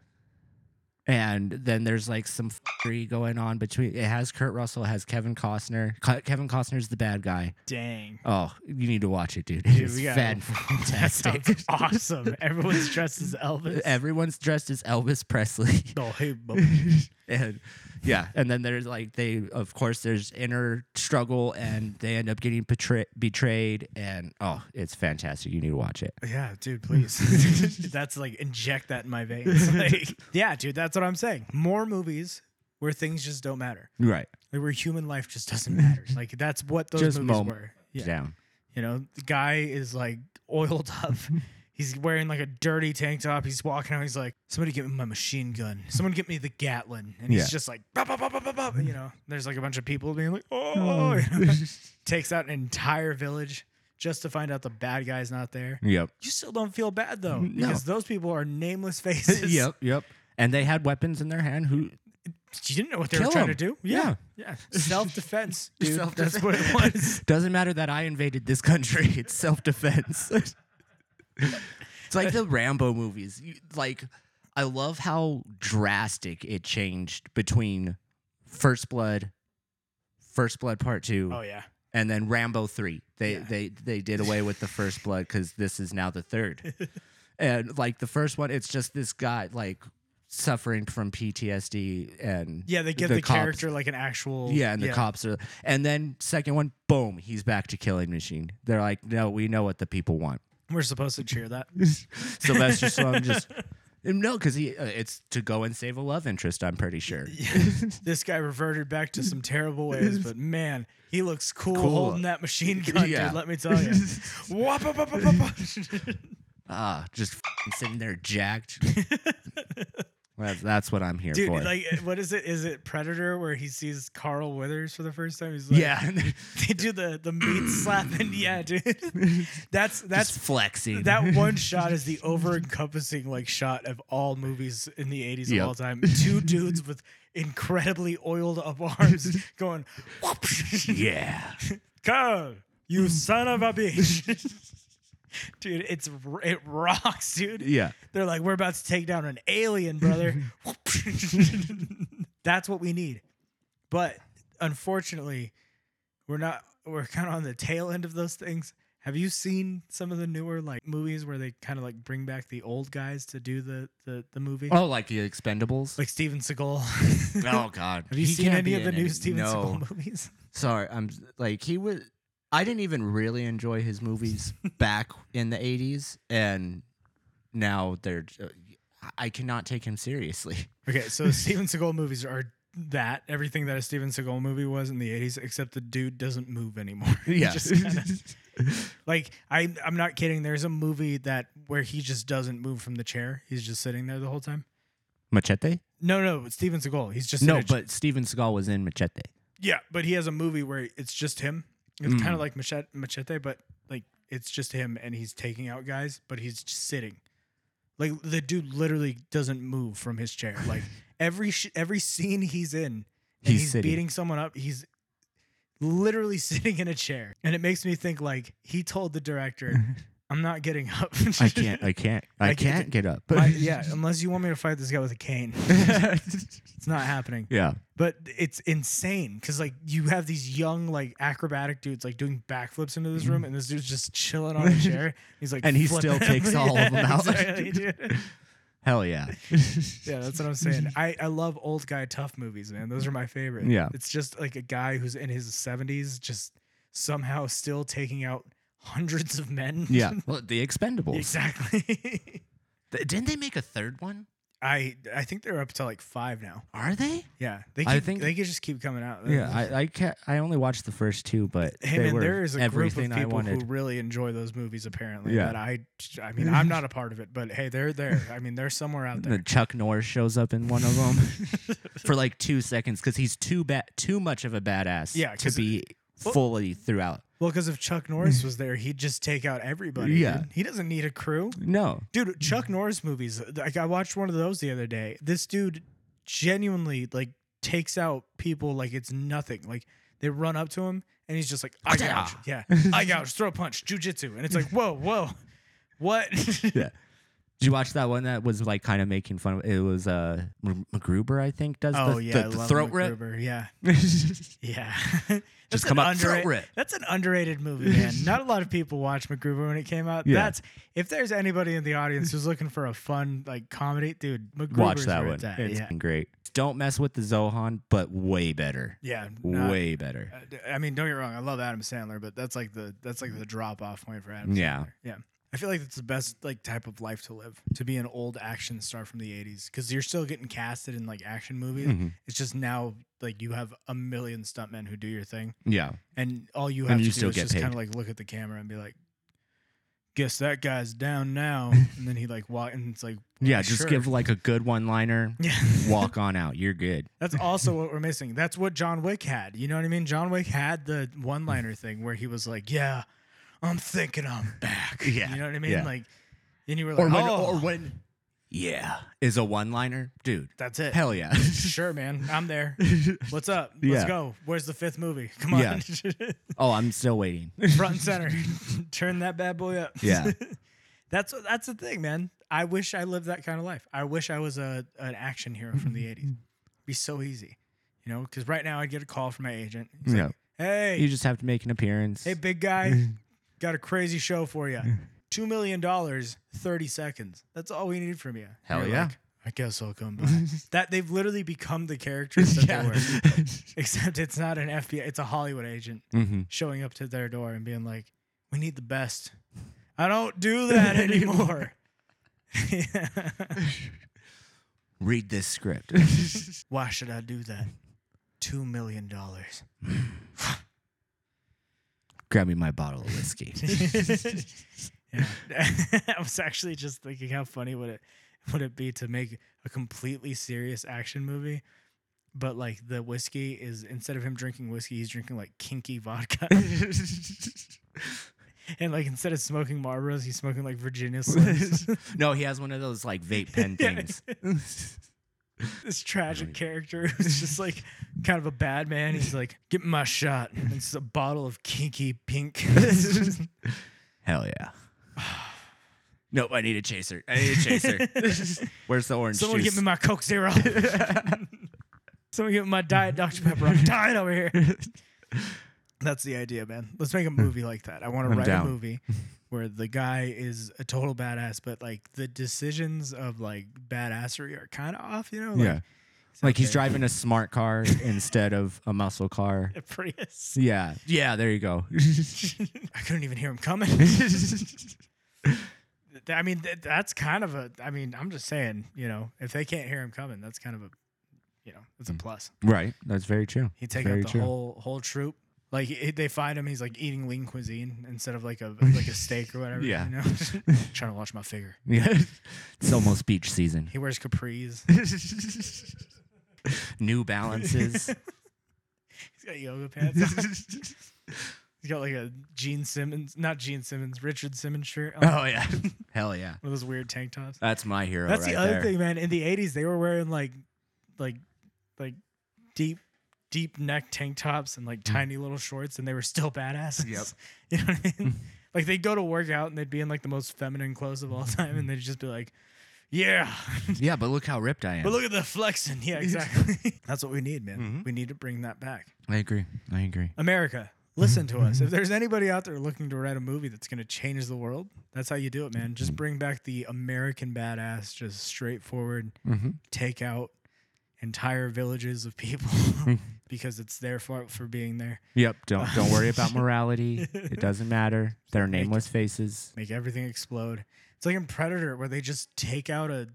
S2: And then there's like some free going on between. It has Kurt Russell, it has Kevin Costner. Ke- Kevin Costner's the bad guy.
S1: Dang.
S2: Oh, you need to watch it, dude.
S1: Dude,
S2: it's
S1: we [LAUGHS] gotta- [LAUGHS] That
S2: fantastic.
S1: sounds awesome. Everyone's dressed as Elvis.
S2: Everyone's dressed as Elvis Presley.
S1: oh, hey, bu-
S2: [LAUGHS] and yeah, and then there's like they, of course, there's inner struggle, and they end up getting betray- betrayed, and oh, it's fantastic. You need to watch it.
S1: Yeah, dude, please. [LAUGHS] that's like inject that in my veins. [LAUGHS] Like, yeah, dude, that's what I'm saying. More movies where things just don't matter.
S2: Right,
S1: Like where human life just doesn't matter. Like that's what those
S2: Just
S1: movies
S2: mom-
S1: were. Yeah.
S2: down.
S1: You know, the guy is like oiled [LAUGHS] up. He's wearing like a dirty tank top. He's walking out. He's like, "Somebody get me my machine gun. Someone get me the Gatlin." And he's
S2: Yeah.
S1: just like, "Bop, bop, bop, bop, bop, bop," You know, there's like a bunch of people being like, "Oh!" [LAUGHS] you know?
S2: [LAUGHS]
S1: Takes out an entire village just to find out the bad guy's not there
S2: Yep,
S1: you still don't feel bad though
S2: No.
S1: because those people are nameless faces.
S2: [LAUGHS] yep, yep. And they had weapons in their hand. Who?
S1: You didn't know what they
S2: Kill
S1: were trying to
S2: 'em.
S1: do.
S2: Yeah.
S1: Yeah. Self
S2: [LAUGHS]
S1: defense. dude.
S2: Self-defense.
S1: That's what it was.
S2: [LAUGHS] Doesn't matter that I invaded this country. [LAUGHS] It's self [LAUGHS] defense. it's like the Rambo movies. You, like, I love how drastic it changed between First Blood, First Blood Part Two,
S1: Oh yeah.
S2: and then Rambo three. They
S1: Yeah.
S2: they they did away with the first blood because this is now
S1: [LAUGHS]
S2: the third. and like the first one, it's just this guy like suffering from PTSD and
S1: Yeah, they give
S2: The
S1: the,
S2: cops.
S1: character like an actual
S2: yeah, and the cops are and then second one, boom, he's back to killing machine. They're like, no, we know what the people want.
S1: We're supposed to cheer that.
S2: [LAUGHS]
S1: [LAUGHS]
S2: Sylvester Stallone just. No, because he uh, it's to go and save a love interest. I'm pretty sure. [LAUGHS]
S1: this guy reverted back to some terrible ways, but man, he looks cool,
S2: Cool.
S1: holding that machine gun,
S2: Yeah.
S1: dude, let me tell you.
S2: [LAUGHS]
S1: Wop-a-bop-a-bop-a. [LAUGHS]
S2: Ah, just f***ing sitting there jacked. That's, that's what I'm here
S1: Dude,
S2: for.
S1: like, what is it? Is it Predator where he sees Carl Withers for the first time? He's like, [LAUGHS]
S2: [LAUGHS] yeah, that's
S1: They do the the meat slap, and yeah,
S2: [LAUGHS]
S1: dude. That's that's
S2: flexing. [LAUGHS]
S1: that one shot is the over encompassing like shot of all movies in the 80s
S2: Yep.
S1: of all time. Two dudes with incredibly oiled
S2: [LAUGHS]
S1: up arms going,
S2: yeah,
S1: Carl,
S2: [LAUGHS]
S1: you son of a bitch. [LAUGHS] dude, it's r- it rocks, dude.
S2: yeah.
S1: They're like, we're about to take down an alien,
S2: [LAUGHS]
S1: brother. [LAUGHS] That's what we need. But unfortunately, we're not we're kind of on the tail end of those things. Have you seen some of the newer like movies where they kind of like bring back the old guys to do the the, the movie?
S2: Oh, like the
S1: [LAUGHS]
S2: Expendables.
S1: Like Steven
S2: [LAUGHS]
S1: Seagal.
S2: oh God,
S1: Have you
S2: He
S1: seen
S2: can't
S1: any
S2: be
S1: of the
S2: in
S1: new
S2: it.
S1: Steven
S2: No,
S1: Seagal [LAUGHS] movies?
S2: sorry. I'm like he was. I didn't even really enjoy his movies back in the '80s, and now they're. j- uh, I cannot take him seriously.
S1: Okay, so Steven Seagal movies are that everything that a Steven Seagal movie was in the 80s except the dude doesn't move anymore. [LAUGHS] He
S2: Yeah.
S1: just kinda-
S2: [LAUGHS]
S1: Like I, I'm not kidding. There's a movie that where he just doesn't move from the chair. He's just sitting there the whole time.
S2: Machete?
S1: No, no, it's Steven Seagal. He's just in
S2: No,
S1: a ch-
S2: but Steven Seagal was in Machete.
S1: yeah, but he has a movie where it's just him. It's
S2: Mm.
S1: kind of like machete, machete, but like it's just him and he's taking out guys, but he's just sitting. Like the dude literally doesn't move from his
S2: [LAUGHS]
S1: chair. Like every sh- every scene he's in, and
S2: He's
S1: he's,
S2: sitting.
S1: beating someone up. He's literally [LAUGHS] sitting in a chair, and it makes me think like he told the
S2: [LAUGHS]
S1: director, "I'm not getting up. [LAUGHS]
S2: I can't. I [LAUGHS] can't. I,
S1: I
S2: can't
S1: can't
S2: get up. [LAUGHS]
S1: I- yeah, unless you want me to fight this guy with a cane, it's not happening.
S2: yeah.
S1: But it's insane because like you have these young like acrobatic dudes like doing backflips into this room, and this dude's just chilling on a
S2: [LAUGHS]
S1: chair. He's like,
S2: Mm-hmm. And he
S1: flipping
S2: still takes
S1: them. [LAUGHS]
S2: all of them
S1: Yeah,
S2: out.
S1: exactly, dude.
S2: Hell [LAUGHS] yeah.
S1: yeah, that's what I'm
S2: [LAUGHS]
S1: saying. I I love old guy tough movies, man. Those are my favorite.
S2: Yeah.
S1: it's just like a guy who's in his 70s, just somehow still taking out hundreds of men. [LAUGHS]
S2: Yeah. Well, the Expendables.
S1: exactly. [LAUGHS]
S2: Th- Didn't they make a third one?
S1: I I think they're up to like five now.
S2: Are they?
S1: Yeah, they keep,
S2: I think-
S1: they could just keep coming out.
S2: Yeah, I I, can't, I only watched the first two, but
S1: hey
S2: they
S1: man,
S2: were
S1: there is a group of
S2: everything I
S1: people
S2: wanted.
S1: who really enjoy those movies. Apparently,
S2: Yeah.
S1: that I I mean I'm not a part of it, but hey, they're there. I mean, they're somewhere out
S2: The
S1: there.
S2: Chuck Norris shows up in one of them
S1: [LAUGHS]
S2: for like two seconds because he's too bad, too much of a badass.
S1: Yeah,
S2: to
S1: 'cause-
S2: be fully throughout.
S1: Well, because if Chuck Norris was there, he'd just take out everybody.
S2: Yeah.
S1: dude. he doesn't need a crew,
S2: No,
S1: dude. Chuck Norris movies. Like I watched one of those the other day. This dude genuinely like takes out people like it's nothing. Like they run up to him and he's just like, I
S2: Ah.
S1: gouge, yeah, I gouge, throw a punch, jujitsu, and it's like, whoa, whoa, what? [LAUGHS]
S2: yeah. Did you watch that one that was like kind of making fun of? It was uh M- MacGruber, I think, does
S1: Oh
S2: the,
S1: yeah,
S2: the-
S1: I
S2: the
S1: love
S2: throat rip.
S1: MacGruber,
S2: [LAUGHS]
S1: Yeah, yeah. [LAUGHS] That's
S2: come
S1: an
S2: up, throat
S1: underra-
S2: rip.
S1: That's an underrated movie, man. Not a lot of people watch MacGruber when it came out.
S2: Yeah.
S1: That's if there's anybody in the audience who's looking for a fun like comedy, dude. MacGruber's
S2: Watch that
S1: where
S2: one.
S1: It's at,
S2: It's
S1: yeah,
S2: great. Don't mess with the Zohan, but way better.
S1: yeah. not-
S2: way better.
S1: I mean, don't get me wrong. I love Adam Sandler, but that's like the that's like the drop off point for Adam.
S2: Yeah.
S1: Sandler. yeah. I feel like it's the best like type of life to live to be an old action star from the '80s because you're still getting casted in like action movies.
S2: Mhm.
S1: It's just now like you have a million stuntmen who do your thing.
S2: Yeah.
S1: and all you
S2: And
S1: have
S2: you
S1: to
S2: still
S1: do is
S2: get
S1: just
S2: paid.
S1: kind of like look at the camera and be like, "Guess that guy's down
S2: [LAUGHS]
S1: now." and then he like walk, and it's like,
S2: Yeah. Just
S1: Sure.
S2: give like a good one liner.
S1: [LAUGHS] "Yeah."
S2: walk on out. You're good.
S1: That's also what we're missing. That's what John Wick had. You know what I mean? John Wick had the one-liner thing where he was like, "Yeah, I'm thinking I'm back."
S2: [LAUGHS] Yeah,
S1: you know what I mean?
S2: yeah.
S1: Like, then you were like, "Oh,
S2: when yeah is a one liner, dude.
S1: that's it."
S2: Hell yeah. [LAUGHS]
S1: Sure, man. I'm there. What's up?
S2: Yeah.
S1: Let's go. Where's the fifth movie? Come on. [LAUGHS]
S2: [LAUGHS] oh, I'm still waiting.
S1: front and center. [LAUGHS] Turn that bad boy up.
S2: Yeah.
S1: [LAUGHS] that's that's the thing, man. I wish I lived that kind of life. I wish I was a an action hero from the '80s. be so easy, you know. Because right now I'd get a call from my agent. He's
S2: Yeah.
S1: like, hey,
S2: You just have to make an appearance.
S1: hey, big
S2: [LAUGHS]
S1: guy, got a crazy show for you. Two million dollars, thirty seconds. That's all we need from you. And
S2: Hell
S1: you're
S2: yeah.
S1: like, I guess I'll come
S2: [LAUGHS]
S1: by. that they've literally become the characters that they were. Except it's not an FBI, it's a Hollywood agent
S2: hmm
S1: showing up to their door and being like, "We need the best." I don't do that anymore. Yeah.
S2: Read this script.
S1: [LAUGHS] Why should I do that? Two million dollars.
S2: [LAUGHS]
S1: [LAUGHS]
S2: Grab me my bottle of
S1: [LAUGHS]
S2: [LAUGHS] whiskey.
S1: Yeah. I was actually just thinking how funny would it would it be to make a completely serious action movie? But like the whiskey is instead of him drinking whiskey, he's drinking like kinky vodka. and like instead of smoking Marlboros, he's smoking like Virginia Slims.
S2: no, he has one of those like vape [LAUGHS] pen
S1: [LAUGHS] Yeah.
S2: things.
S1: [LAUGHS] this tragic character who's just like kind of a bad man. He's like, "Get me my shot." And it's a bottle of kinky
S2: [LAUGHS]
S1: pink.
S2: Hell yeah. [SIGHS] nope, I need a chaser. I need a chaser. [LAUGHS] Where's the
S1: [LAUGHS]
S2: orange
S1: Someone
S2: juice?
S1: get me my Coke
S2: [LAUGHS]
S1: Zero. Someone get me my Diet Dr. Pepper. I'm dying over here. [LAUGHS] That's the idea, man. Let's make a movie like that. I want to
S2: I'm
S1: write
S2: down.
S1: a movie where the guy is a total badass, but like the decisions of like badassery are kind of off, you know? Like,
S2: yeah. Like he's
S1: okay. [LAUGHS]
S2: driving a smart car [LAUGHS] instead of a muscle car.
S1: A Prius.
S2: [LAUGHS] Yeah. Yeah, there you go.
S1: I couldn't even hear him
S2: [LAUGHS]
S1: coming. Th- I mean, th- that's kind of a. I mean, I'm just saying, you know, if they can't hear him coming, that's kind of a, you know, it's a plus.
S2: right. That's very true.
S1: He take
S2: Mm. Very
S1: out the
S2: true.
S1: whole whole troop. Like he, they find him, he's like eating lean cuisine instead of like
S2: [LAUGHS]
S1: a like a steak or whatever.
S2: Yeah.
S1: you
S2: [LAUGHS]
S1: know? trying to watch my figure.
S2: Yeah. [LAUGHS] It's almost
S1: [LAUGHS]
S2: beach season.
S1: He wears capris.
S2: [LAUGHS] New balances.
S1: He's got yoga pants. on. He's got like a Gene Simmons, not Gene Simmons, Richard Simmons shirt. On,
S2: [LAUGHS] oh yeah. Hell yeah.
S1: One of those weird tank tops.
S2: That's my hero.
S1: That's
S2: right
S1: the other
S2: there.
S1: thing, man. In the '80s, they were wearing like, like, like deep, deep neck tank tops and like tiny little shorts, and they were still badasses.
S2: Yep.
S1: [LAUGHS] You know what I mean? like they'd go to work out and they'd be in like the most feminine clothes of all [LAUGHS] time, and they'd just be like, "Yeah, [LAUGHS]
S2: Yeah, but look how ripped I am.
S1: but look at the flexing." [LAUGHS] Yeah, exactly. That's what we need, man.
S2: Mhm.
S1: We need to bring that back.
S2: I agree. I agree.
S1: America, listen to [LAUGHS] us. If there's anybody out there looking to write a movie that's going to change the world, that's how you do it, man. Just bring back the American badass, just straightforward,
S2: Mm-hmm.
S1: take out entire villages of
S2: [LAUGHS]
S1: people [LAUGHS] because it's their fault for being there.
S2: Yep. Don't don't worry about morality. It doesn't matter. They're nameless faces.
S1: Make everything explode. It's like in Predator where they just take out a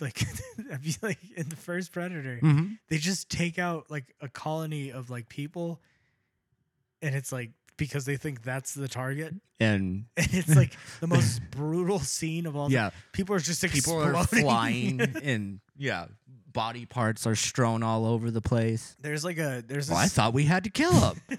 S1: like [LAUGHS] I feel like in the first Predator,
S2: Mm-hmm.
S1: they just take out like a colony of like people and it's like because they think that's the target. [LAUGHS]
S2: And
S1: And it's like the
S2: [LAUGHS]
S1: most brutal scene of all [LAUGHS]
S2: yeah,
S1: time. People are just
S2: people
S1: exploding. [LAUGHS]
S2: are flying and yeah, body parts are strewn all over the place.
S1: There's like a there's
S2: Well, I
S1: this
S2: thought we had to kill them.
S1: [LAUGHS]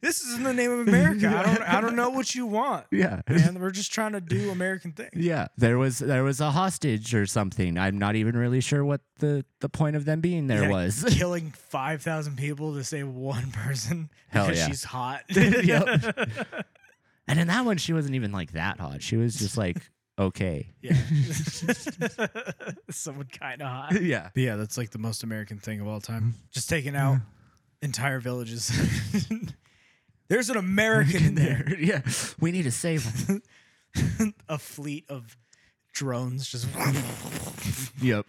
S1: this is in the name of America. I don't I don't know what you want.
S2: [LAUGHS] yeah.
S1: Man, we're just trying to do American things.
S2: [LAUGHS] Yeah, there was there was a hostage or something. I'm not even really sure what the the point of them being there
S1: Yeah,
S2: was. [LAUGHS]
S1: killing five thousand people to save one person
S2: Hell
S1: because
S2: yeah.
S1: she's hot.
S2: [LAUGHS] Yep. and in that one, she wasn't even like that hot. She was just like okay.
S1: [LAUGHS] Yeah,
S2: [LAUGHS]
S1: someone kind of hot.
S2: Yeah.
S1: [LAUGHS] Yeah, that's like the most American thing of all time.
S2: Mm-hmm.
S1: Just taking out entire villages. [LAUGHS] There's an American in there.
S2: [LAUGHS] yeah. We need to save 'em.
S1: [LAUGHS] A fleet of drones
S2: [LAUGHS]
S1: just. [LAUGHS]
S2: [LAUGHS] yep.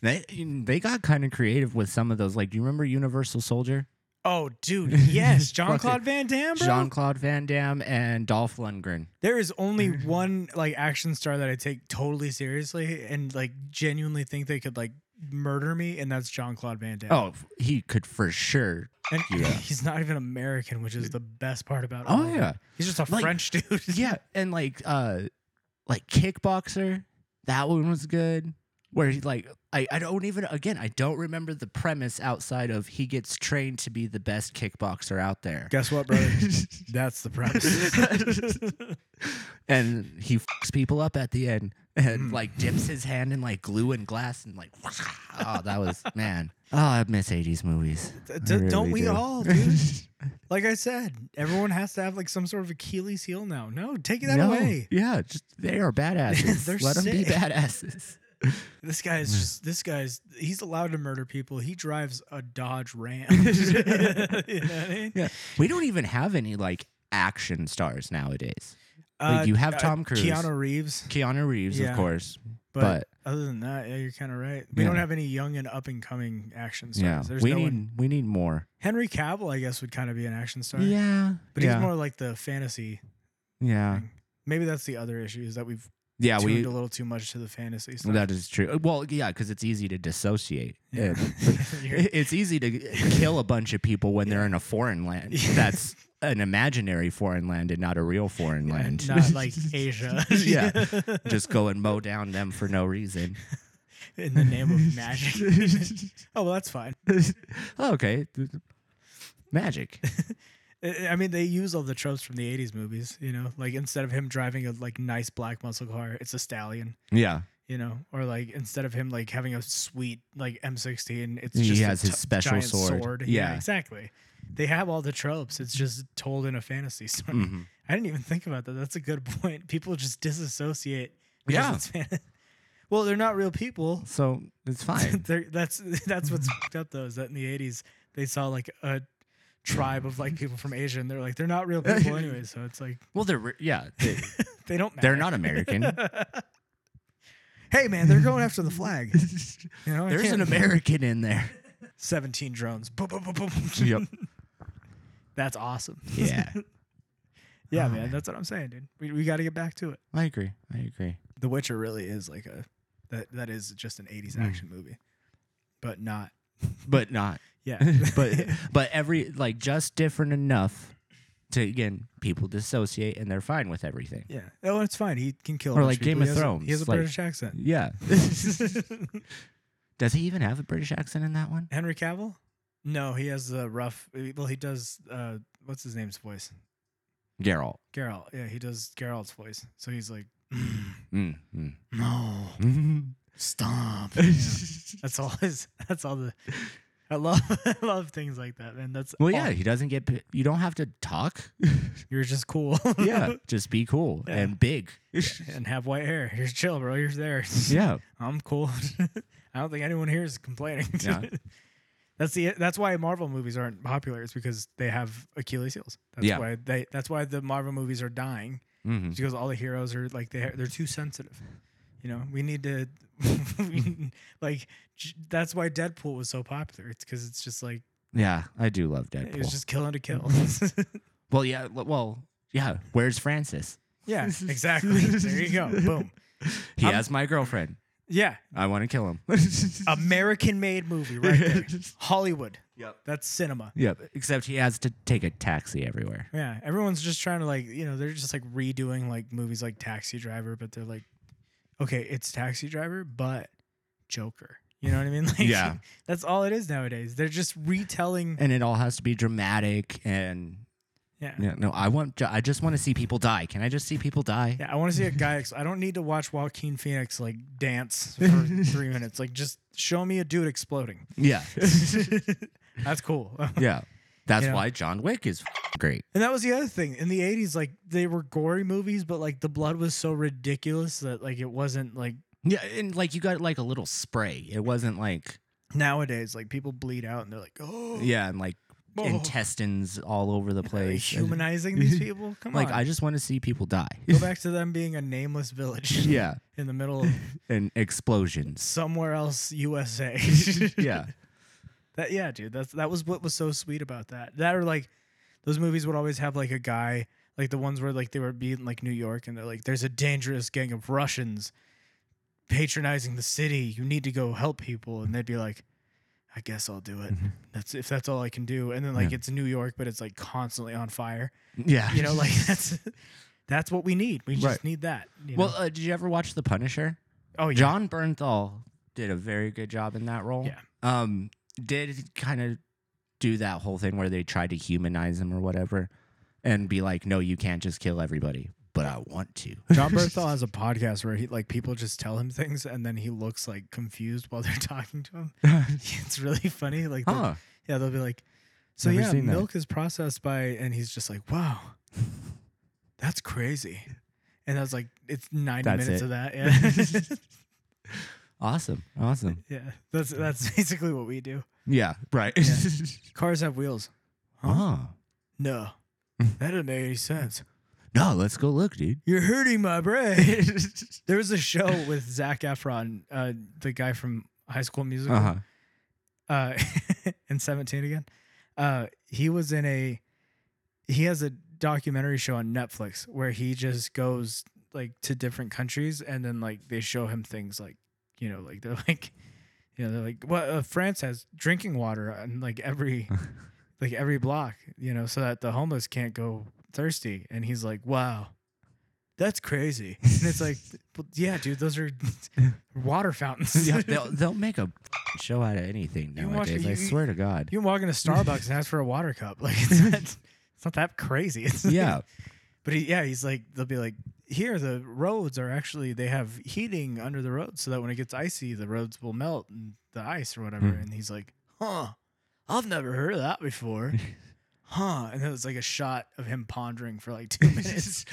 S2: They they got kind of creative with some of those. Like, do you remember Universal Soldier?
S1: Oh,
S2: [LAUGHS]
S1: dude, yes, John Claude Van Damme, bro.
S2: Jean Claude Van Damme and Dolph Lundgren.
S1: There is only
S2: Mm-hmm.
S1: one like action star that I take totally seriously and like genuinely think they could like murder me, and that's John Claude Van Damme.
S2: Oh, he could for sure.
S1: and [LAUGHS]
S2: yeah.
S1: he's not even American, which is the best part about.
S2: Oh,
S1: all of it.
S2: yeah.
S1: he's just a
S2: Like-
S1: French dude.
S2: [LAUGHS] yeah, and like uh like kickboxer, that one was good. Where he like I, I don't even again I don't remember the premise outside of he gets trained to be the best kickboxer out there.
S1: [LAUGHS] Guess what,
S2: [LAUGHS]
S1: brother? that's the premise. [LAUGHS]
S2: And he fucks people up at the end
S1: Hmm.
S2: and like dips his hand in like glue and glass and like [LAUGHS] oh that was man. Oh, I miss 80s movies. I
S1: Uh, D- don't we
S2: really do.
S1: all, dude? like I said, everyone has to have like some sort of Achilles heel now. No, take that
S2: [LAUGHS] No.
S1: away.
S2: Yeah, just they are
S1: [LAUGHS]
S2: badasses.
S1: They're
S2: Let them be
S1: sick.
S2: badasses.
S1: This guy
S2: Mm.
S1: is just this guy's he's allowed to murder people. He drives a Dodge Ram. [LAUGHS]
S2: [LAUGHS]
S1: You know what I mean?
S2: Yeah. We don't even have any like action stars nowadays.
S1: Uh,
S2: Like you have Tom Cruise,
S1: Keanu Reeves,
S2: Keanu Reeves,
S1: Yeah.
S2: of course.
S1: but,
S2: But-
S1: other than that, yeah, you're kind of right. We
S2: Yeah.
S1: don't have any young and up and coming action stars.
S2: yeah,
S1: There's
S2: we
S1: no
S2: need
S1: one.
S2: we need more.
S1: Henry Cavill, I guess, would kind of be an action star.
S2: Yeah,
S1: but
S2: yeah,
S1: he's more like the fantasy.
S2: yeah,
S1: thing. Maybe that's the other issue is that we've
S2: yeah.
S1: tuned
S2: We
S1: a little too much to the fantasy stuff. [LAUGHS]
S2: that is true. Uh, Well, yeah, because it's easy to dissociate.
S1: Yeah.
S2: And
S1: [LAUGHS] You're-
S2: [LAUGHS] It's easy to kill a bunch of people when they're in a foreign land.
S1: Yeah.
S2: That's an imaginary foreign land and not a real foreign [LAUGHS] land.
S1: [LAUGHS]
S2: [LAUGHS]
S1: Not like Asia.
S2: yeah, just go and mow down them for no reason.
S1: [LAUGHS] In the name of magic. oh, well, that's fine.
S2: [LAUGHS] okay, th- magic.
S1: I I mean, they use all the tropes from the 80s movies, you know? Like, instead of him driving a, like, nice black muscle car, it's a stallion,
S2: Yeah,
S1: you know? Or, like, instead of him, like, having a sweet, like, M16, it's just
S2: He
S1: a
S2: has his
S1: t-
S2: special
S1: giant
S2: sword.
S1: Yeah.
S2: Yeah.
S1: exactly. They have all the tropes. It's just told in a fantasy story.
S2: Mhm.
S1: [LAUGHS] I didn't even think about that. That's a good point. People just disassociate.
S2: Yeah.
S1: because it's fan- [LAUGHS] well, they're not real people.
S2: so it's
S1: [LAUGHS]
S2: [LAUGHS] fine.
S1: They're- that's that's what's fucked up though is that in the eighties they saw like a tribe of like people from Asia and they're like they're not
S2: [LAUGHS]
S1: real people anyway. So it's like
S2: Well, they're re- yeah, they,
S1: they don't. Matter.
S2: they're not [LAUGHS] American.
S1: Hey man, they're going after the
S2: [LAUGHS]
S1: flag. You know, I
S2: There's an
S1: can't-
S2: American in [LAUGHS] there.
S1: Seventeen drones. Boom, boom, boom, boom. [LAUGHS] That's [LAUGHS] awesome.
S2: Yeah,
S1: Yeah, man. That's what I'm saying, dude. We, we got to get back to it.
S2: I agree. I agree.
S1: The Witcher really is like a that that is just an 80s
S2: Hmm.
S1: action movie. But not
S2: But not.
S1: yeah.
S2: [LAUGHS]
S1: [LAUGHS]
S2: but but every like just different enough to again people dissociate and they're fine with everything.
S1: yeah. Oh, it's fine. He can kill a
S2: Or
S1: bunch
S2: like
S1: people.
S2: Game of
S1: He has a-
S2: Thrones,
S1: he has a
S2: like-
S1: British accent.
S2: Yeah. [LAUGHS] Does he even have a British accent in that one?
S1: [LAUGHS] Henry Cavill? No, he has the rough well he does uh what's his name's voice?
S2: Geralt.
S1: Geralt. Yeah, he does Geralt's voice. So he's
S2: [LAUGHS]
S1: like
S2: Mm, mm. [LAUGHS]
S1: no, [LAUGHS] stop. That's all [LAUGHS] his that's all the I love [LAUGHS] I love things like that, man. That's
S2: Well,
S1: all-
S2: yeah, he doesn't get. p- You don't have to
S1: [LAUGHS]
S2: talk.
S1: You're just cool. [LAUGHS]
S2: yeah, just be cool
S1: Yeah.
S2: and big.
S1: and have white hair. You're chill, bro. You're there.
S2: yeah,
S1: [LAUGHS] I'm cool. I don't think anyone here is complaining.
S2: Yeah.
S1: [LAUGHS] that's the that's why Marvel movies aren't popular. It's because they have Achilles heels. That's
S2: Yeah.
S1: why they that's why the Marvel movies are dying.
S2: hmm
S1: It's because all the heroes are like they they're too sensitive. You know, we need to [LAUGHS]
S2: [LAUGHS]
S1: we, like j- that's why Deadpool was so popular. It's because it's just like
S2: yeah. I do love
S1: it's
S2: Deadpool.
S1: just killing to
S2: [LAUGHS]
S1: kill.
S2: well, yeah. l- Well, yeah. Where's Francis? [LAUGHS]
S1: yeah, exactly. There you go. Boom.
S2: He
S1: I'm-
S2: has my girlfriend.
S1: Yeah,
S2: I want to kill [LAUGHS] him.
S1: American made movie right
S2: [LAUGHS]
S1: there. Hollywood.
S2: Yep.
S1: That's cinema.
S2: Yep. [LAUGHS] Except he has to take a taxi everywhere.
S1: Yeah, everyone's just trying to like, you know, they're just like redoing like movies like Taxi Driver, but they're like, okay, it's Taxi Driver, but Joker. You know what I mean? [LAUGHS] Like,
S2: Yeah.
S1: that's all it is nowadays. They're just retelling.
S2: And it all has to be dramatic and
S1: Yeah, yeah.
S2: yeah, no, I want ju- I just want to see people die. Can I just see people die?
S1: I want to see a guy. Ex- I don't need to watch Joaquin Phoenix like dance
S2: [LAUGHS]
S1: for three minutes. Like, just show me a dude exploding.
S2: Yeah. [LAUGHS]
S1: That's cool.
S2: yeah. That's
S1: You know?
S2: why John Wick is f***ing great.
S1: [LAUGHS] And that was the other thing in the '80s. Like, they were gory movies, but like the blood was so ridiculous that like it wasn't like
S2: Yeah, and like you got like a little spray. It wasn't like
S1: nowadays like people bleed out and they're like oh
S2: yeah, and like
S1: Oh.
S2: intestines all over the
S1: like,
S2: place. And,
S1: humanizing
S2: [LAUGHS]
S1: these people come
S2: like
S1: on
S2: I just want to see people die.
S1: [LAUGHS] go back to them being a nameless village
S2: [LAUGHS] yeah,
S1: [LAUGHS] in the middle
S2: [LAUGHS]
S1: of
S2: and explosions.
S1: somewhere else usa
S2: [LAUGHS] Yeah.
S1: [LAUGHS] that yeah dude that's that was what was so sweet about that that or like those movies would always have like a guy like the ones where like they were being like new york and they're like there's a dangerous gang of russians patronizing the city you need to go help people and they'd be like i guess i'll do it that's if that's all i can do and then like
S2: Mm-hmm. Yeah.
S1: it's new york but it's like constantly on fire
S2: Yeah.
S1: you know like [LAUGHS] that's that's what we need we just
S2: Right.
S1: need that you
S2: Well,
S1: know?
S2: uh, did you ever watch The Punisher?
S1: oh yeah
S2: John Bernthal did a very good job in that role.
S1: Yeah.
S2: Um, did kind of do that whole thing where they tried to humanize him or whatever and be like, no, you can't just kill everybody, but I want to. [LAUGHS]
S1: John Berthel has a podcast where he like people just tell him things and then he looks like confused while they're [LAUGHS] talking to
S2: [LAUGHS]
S1: him. it's really funny. Like they'll-
S2: Huh.
S1: yeah, they'll be like, so
S2: Never
S1: yeah,
S2: seen that.
S1: milk is processed by, and he's just like, wow, that's crazy. And I was like, it's ninety
S2: That's
S1: minutes
S2: it.
S1: of that. Yeah,
S2: [LAUGHS]
S1: [LAUGHS]
S2: Awesome. Awesome.
S1: yeah. That's that's basically what we do.
S2: Yeah. Right. [LAUGHS]
S1: Cars have wheels.
S2: oh. [LAUGHS]
S1: No, that doesn't make any sense.
S2: No, let's go look, dude.
S1: You're hurting my
S2: [LAUGHS]
S1: brain. there was a show with Zach Efron, uh, the guy from High School Musical.
S2: Uh huh.
S1: uh [LAUGHS] in 17 again uh he was in a he has a documentary show on netflix where he just goes like to different countries and then like they show him things like you know [LAUGHS] like they're like you know they're like well uh, france has drinking water on like every like every block, you know, so that the homeless can't go thirsty. And he's like, wow, that's crazy. And it's like, "Well, yeah, dude, those are water fountains. [LAUGHS]
S2: [LAUGHS] Yeah, they'll, they'll make a show out of anything
S1: You watch-
S2: nowadays. I
S1: you-
S2: swear to God.
S1: You can walk into Starbucks and ask for a water cup. [LAUGHS] Like it's not, it's not that crazy. It's-
S2: [LAUGHS] yeah,
S1: [LAUGHS] But he, yeah, he's like they'll be like here the roads are actually they have heating under the roads so that when it gets icy the roads will melt and the ice or whatever.
S2: Hmm.
S1: And he's like, huh, I've never heard of that
S2: [LAUGHS]
S1: before. Huh, and then it's like a shot of him pondering for like two [LAUGHS] minutes.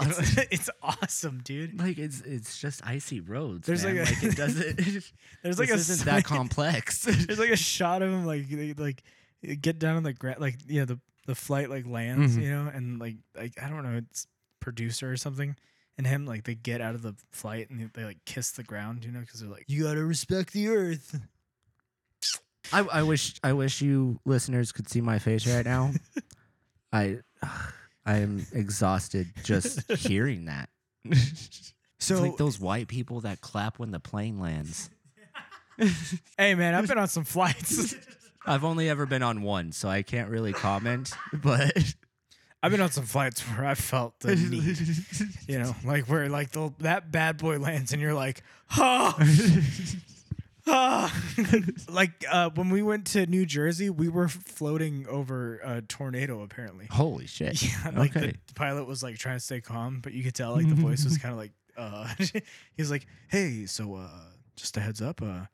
S1: it's, [LAUGHS] it's awesome, dude.
S2: [LAUGHS] like it's it's just icy roads.
S1: There's
S2: man.
S1: like a-
S2: it [LAUGHS] doesn't.
S1: There's like
S2: It's like
S1: a
S2: isn't that
S1: sign-
S2: [LAUGHS] complex.
S1: There's like a shot of him like they, like get down on the ground like yeah the the flight like lands
S2: Mhm.
S1: you know and like like I don't know it's producer or something and him like they get out of the flight and they, like kiss the ground you know because they're like you gotta respect the earth
S2: I, I wish I wish you listeners could see my face right [LAUGHS] now. I I am exhausted [LAUGHS] just hearing that.
S1: so
S2: it's like those white people that clap when the plane lands.
S1: hey man I've been on some flights [LAUGHS]
S2: I've only ever been on one, so I can't really comment. [LAUGHS] But
S1: I've been on some flights where I felt
S2: [LAUGHS]
S1: the need you know like where like the, that bad boy lands and you're like huh. Ah. [LAUGHS] like uh, when we went to New Jersey, we were floating over a tornado. Apparently,
S2: holy shit!
S1: yeah, like
S2: Okay.
S1: the pilot was like trying to stay calm, but you could tell like the voice
S2: [LAUGHS]
S1: was kind of like uh, [LAUGHS] he was like, "Hey, so uh, just a heads up, uh,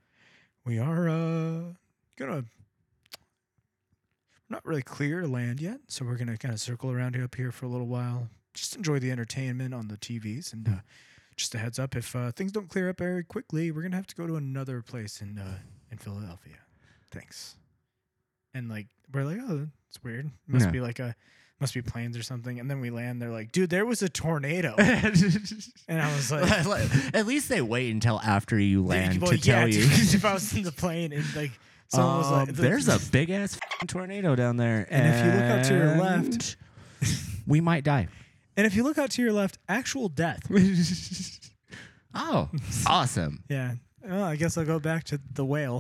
S1: we are uh gonna." we're Not really clear to land yet, so we're gonna kind of circle around here up here for a little while. Just enjoy the entertainment on the TVs, and uh,
S2: Hmm.
S1: just a heads up: if uh, things don't clear up very quickly, we're gonna have to go to another place in uh, in Philadelphia. Thanks. And like we're like, oh, it's weird. Must
S2: Yeah.
S1: be like a must be planes or something. And then we land. They're like, dude, there was a
S2: [LAUGHS]
S1: tornado. and I was like,
S2: At least they wait until after you
S1: [LAUGHS]
S2: land
S1: well,
S2: to
S1: yeah,
S2: tell you.
S1: dude, if I was in the plane and like someone was like,
S2: Um, there's a big ass f***ing tornado down there,
S1: And if you look out to your left-
S2: and [LAUGHS] we might die.
S1: [LAUGHS] and if you look out to your left, actual
S2: [LAUGHS]
S1: death. [LAUGHS]
S2: Oh, awesome!
S1: Yeah. Well, I guess I'll go back to the
S2: [LAUGHS]
S1: whale.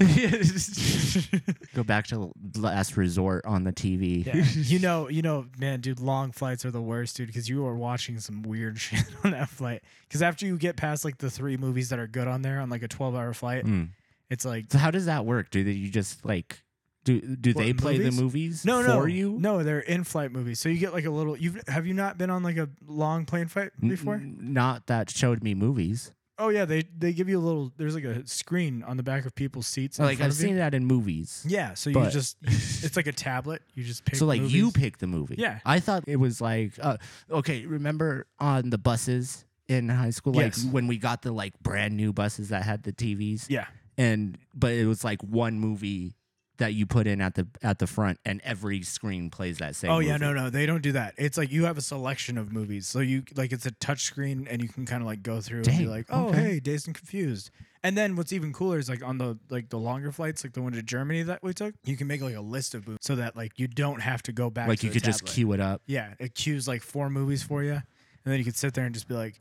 S2: Go back to last resort on the TV. [LAUGHS]
S1: Yeah. you know, you know, man, dude, long flights are the worst, dude, because you are watching some weird [LAUGHS] shit on that flight. Because after you get past like the three movies that are good on there on like a twelve-hour flight,
S2: Mm.
S1: it's like
S2: So how does that work? Do they, you just like do do
S1: What,
S2: they play the movies
S1: no,
S2: for
S1: no,
S2: you?
S1: no, they're in-flight movies. So you get like a little. You have have you not been on like a long plane flight
S2: N-
S1: before?
S2: n- Not that showed me movies.
S1: Oh yeah, they they give you a little. There's like a screen on the back of people's seats. in
S2: Like
S1: front
S2: I've
S1: of you.
S2: seen that in movies.
S1: [LAUGHS] Yeah, so you
S2: but-
S1: just you- it's like a tablet. You just pick.
S2: So like you
S1: movies.
S2: pick the movie.
S1: Yeah.
S2: I thought it was like uh, okay, remember on the buses in high school like
S1: Yes.
S2: when we got the like brand new buses that had the TVs
S1: Yeah,
S2: and but it was like one movie that you put in at the at the front and every screen plays that same
S1: Oh yeah,
S2: movie.
S1: no, no, they don't do that. It's like you have a selection of movies, so you like it's a touch screen, and you can kind of like go through and be
S2: Dang,
S1: like, oh
S2: okay.
S1: hey, Dazed and Confused. And then what's even cooler is like on the like the longer flights, like the one to Germany that we took, you can make like a list of movies so that like you don't have to go back.
S2: Like
S1: to
S2: you
S1: the
S2: could just
S1: tablet.
S2: queue it up.
S1: Yeah, it cues like four movies for you, and then you could sit there and just be like,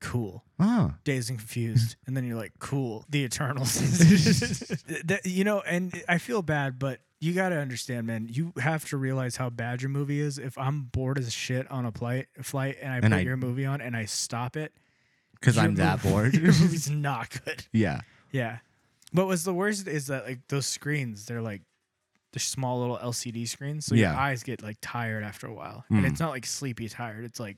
S1: cool.
S2: Oh.
S1: Dazed and Confused, and then you're like, cool, The
S2: [LAUGHS]
S1: Eternals. That- you know, and I feel bad, but you got to understand, man. You have to realize how bad your movie is. If I'm bored as shit on a flight, flight, and I
S2: And
S1: put
S2: I-
S1: your movie on and I stop it,
S2: Cuz
S1: your
S2: I'm that
S1: mov-
S2: bored.
S1: Your [LAUGHS] movie's not good.
S2: [LAUGHS] yeah.
S1: Yeah. But what's the worst is that like those screens, they're like they're small little LCD screens, so
S2: Yeah.
S1: your eyes get like tired after a while, and
S2: Mm.
S1: it's not like sleepy tired. It's like,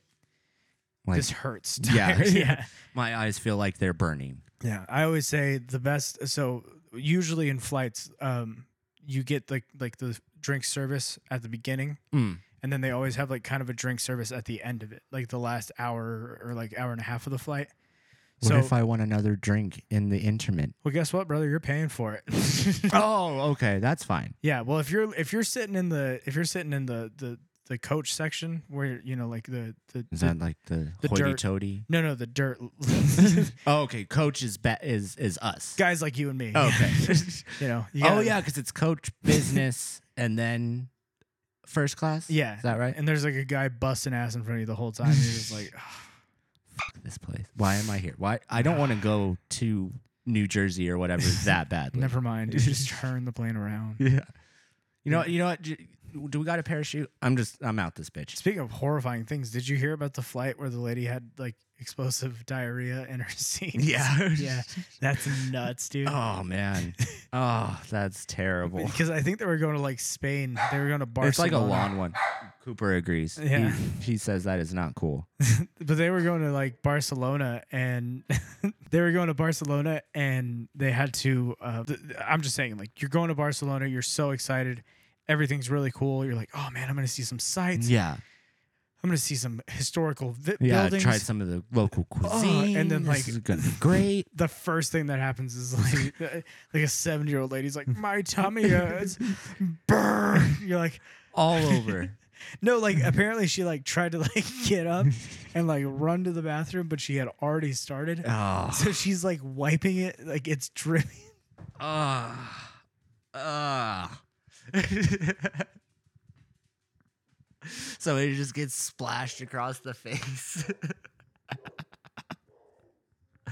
S2: Like
S1: this hurts.
S2: [LAUGHS] Yeah.
S1: tired. yeah.
S2: my eyes feel like they're burning.
S1: Yeah, I always say the best. So usually in flights, um, you get like like the drink service at the beginning,
S2: Mm.
S1: and then they always have like kind of a drink service at the end of it, like the last hour or like hour and a half of the flight.
S2: What
S1: so
S2: if I want another drink in the interment?
S1: well, guess what, brother? You're paying for it. [LAUGHS]
S2: oh, okay, that's fine.
S1: yeah. Well, if you're if you're sitting in the if you're sitting in the the the coach section where you know like the the,
S2: Is
S1: the-
S2: that like the,
S1: the dirt-
S2: hoity-toity?
S1: no no the dirt
S2: [LAUGHS]
S1: [LAUGHS]
S2: Oh, okay. Coach is ba- is is us.
S1: guys like you and me.
S2: Okay.
S1: [LAUGHS] you know. you
S2: oh
S1: gotta-
S2: yeah, because it's coach business and then first class.
S1: Yeah.
S2: is that right?
S1: And there's like a guy busting ass in front of you the whole time. And you're just like, "Ah,
S2: [LAUGHS] Fuck this place. Why am I here? Why I
S1: [SIGHS]
S2: don't want to go to New Jersey or whatever that badly. [LAUGHS]
S1: Never mind. You just turn the plane around.
S2: Yeah. You know. You know what? J- do we got a parachute? I'm just, I'm out this bitch.
S1: Speaking of horrifying things, did you hear about the flight where the lady had like explosive diarrhea in her [LAUGHS] seat?
S2: Yeah.
S1: yeah, that's nuts, dude.
S2: [LAUGHS] Oh
S1: [LAUGHS]
S2: man. Oh, that's terrible.
S1: Because I think they were going to like Spain. They were going to Barcelona.
S2: It's like a long one. Cooper agrees.
S1: Yeah.
S2: He, he says that is not cool.
S1: but they were going to like Barcelona and [LAUGHS] they were going to Barcelona and they had to uh, th- th- I'm just saying like you're going to Barcelona you're so excited everything's really cool you're like oh man I'm going to see some sights
S2: Yeah.
S1: I'm going to see some historical vi-
S2: Yeah.
S1: buildings Oh,
S2: Tried some of the local cuisine.
S1: and then,
S2: This
S1: like-
S2: is gonna be great.
S1: the first thing that happens
S2: [LAUGHS]
S1: is like uh, like a 7 year old lady's like my tummy hurts burn you're like [LAUGHS]
S2: All over.
S1: no like apparently she like tried to like [LAUGHS] get up and like run to the bathroom but she had already started
S2: Oh.
S1: So she's like wiping it, like it's dripping.
S2: Ah. [LAUGHS] Ah. so it just gets splashed across the face. [LAUGHS]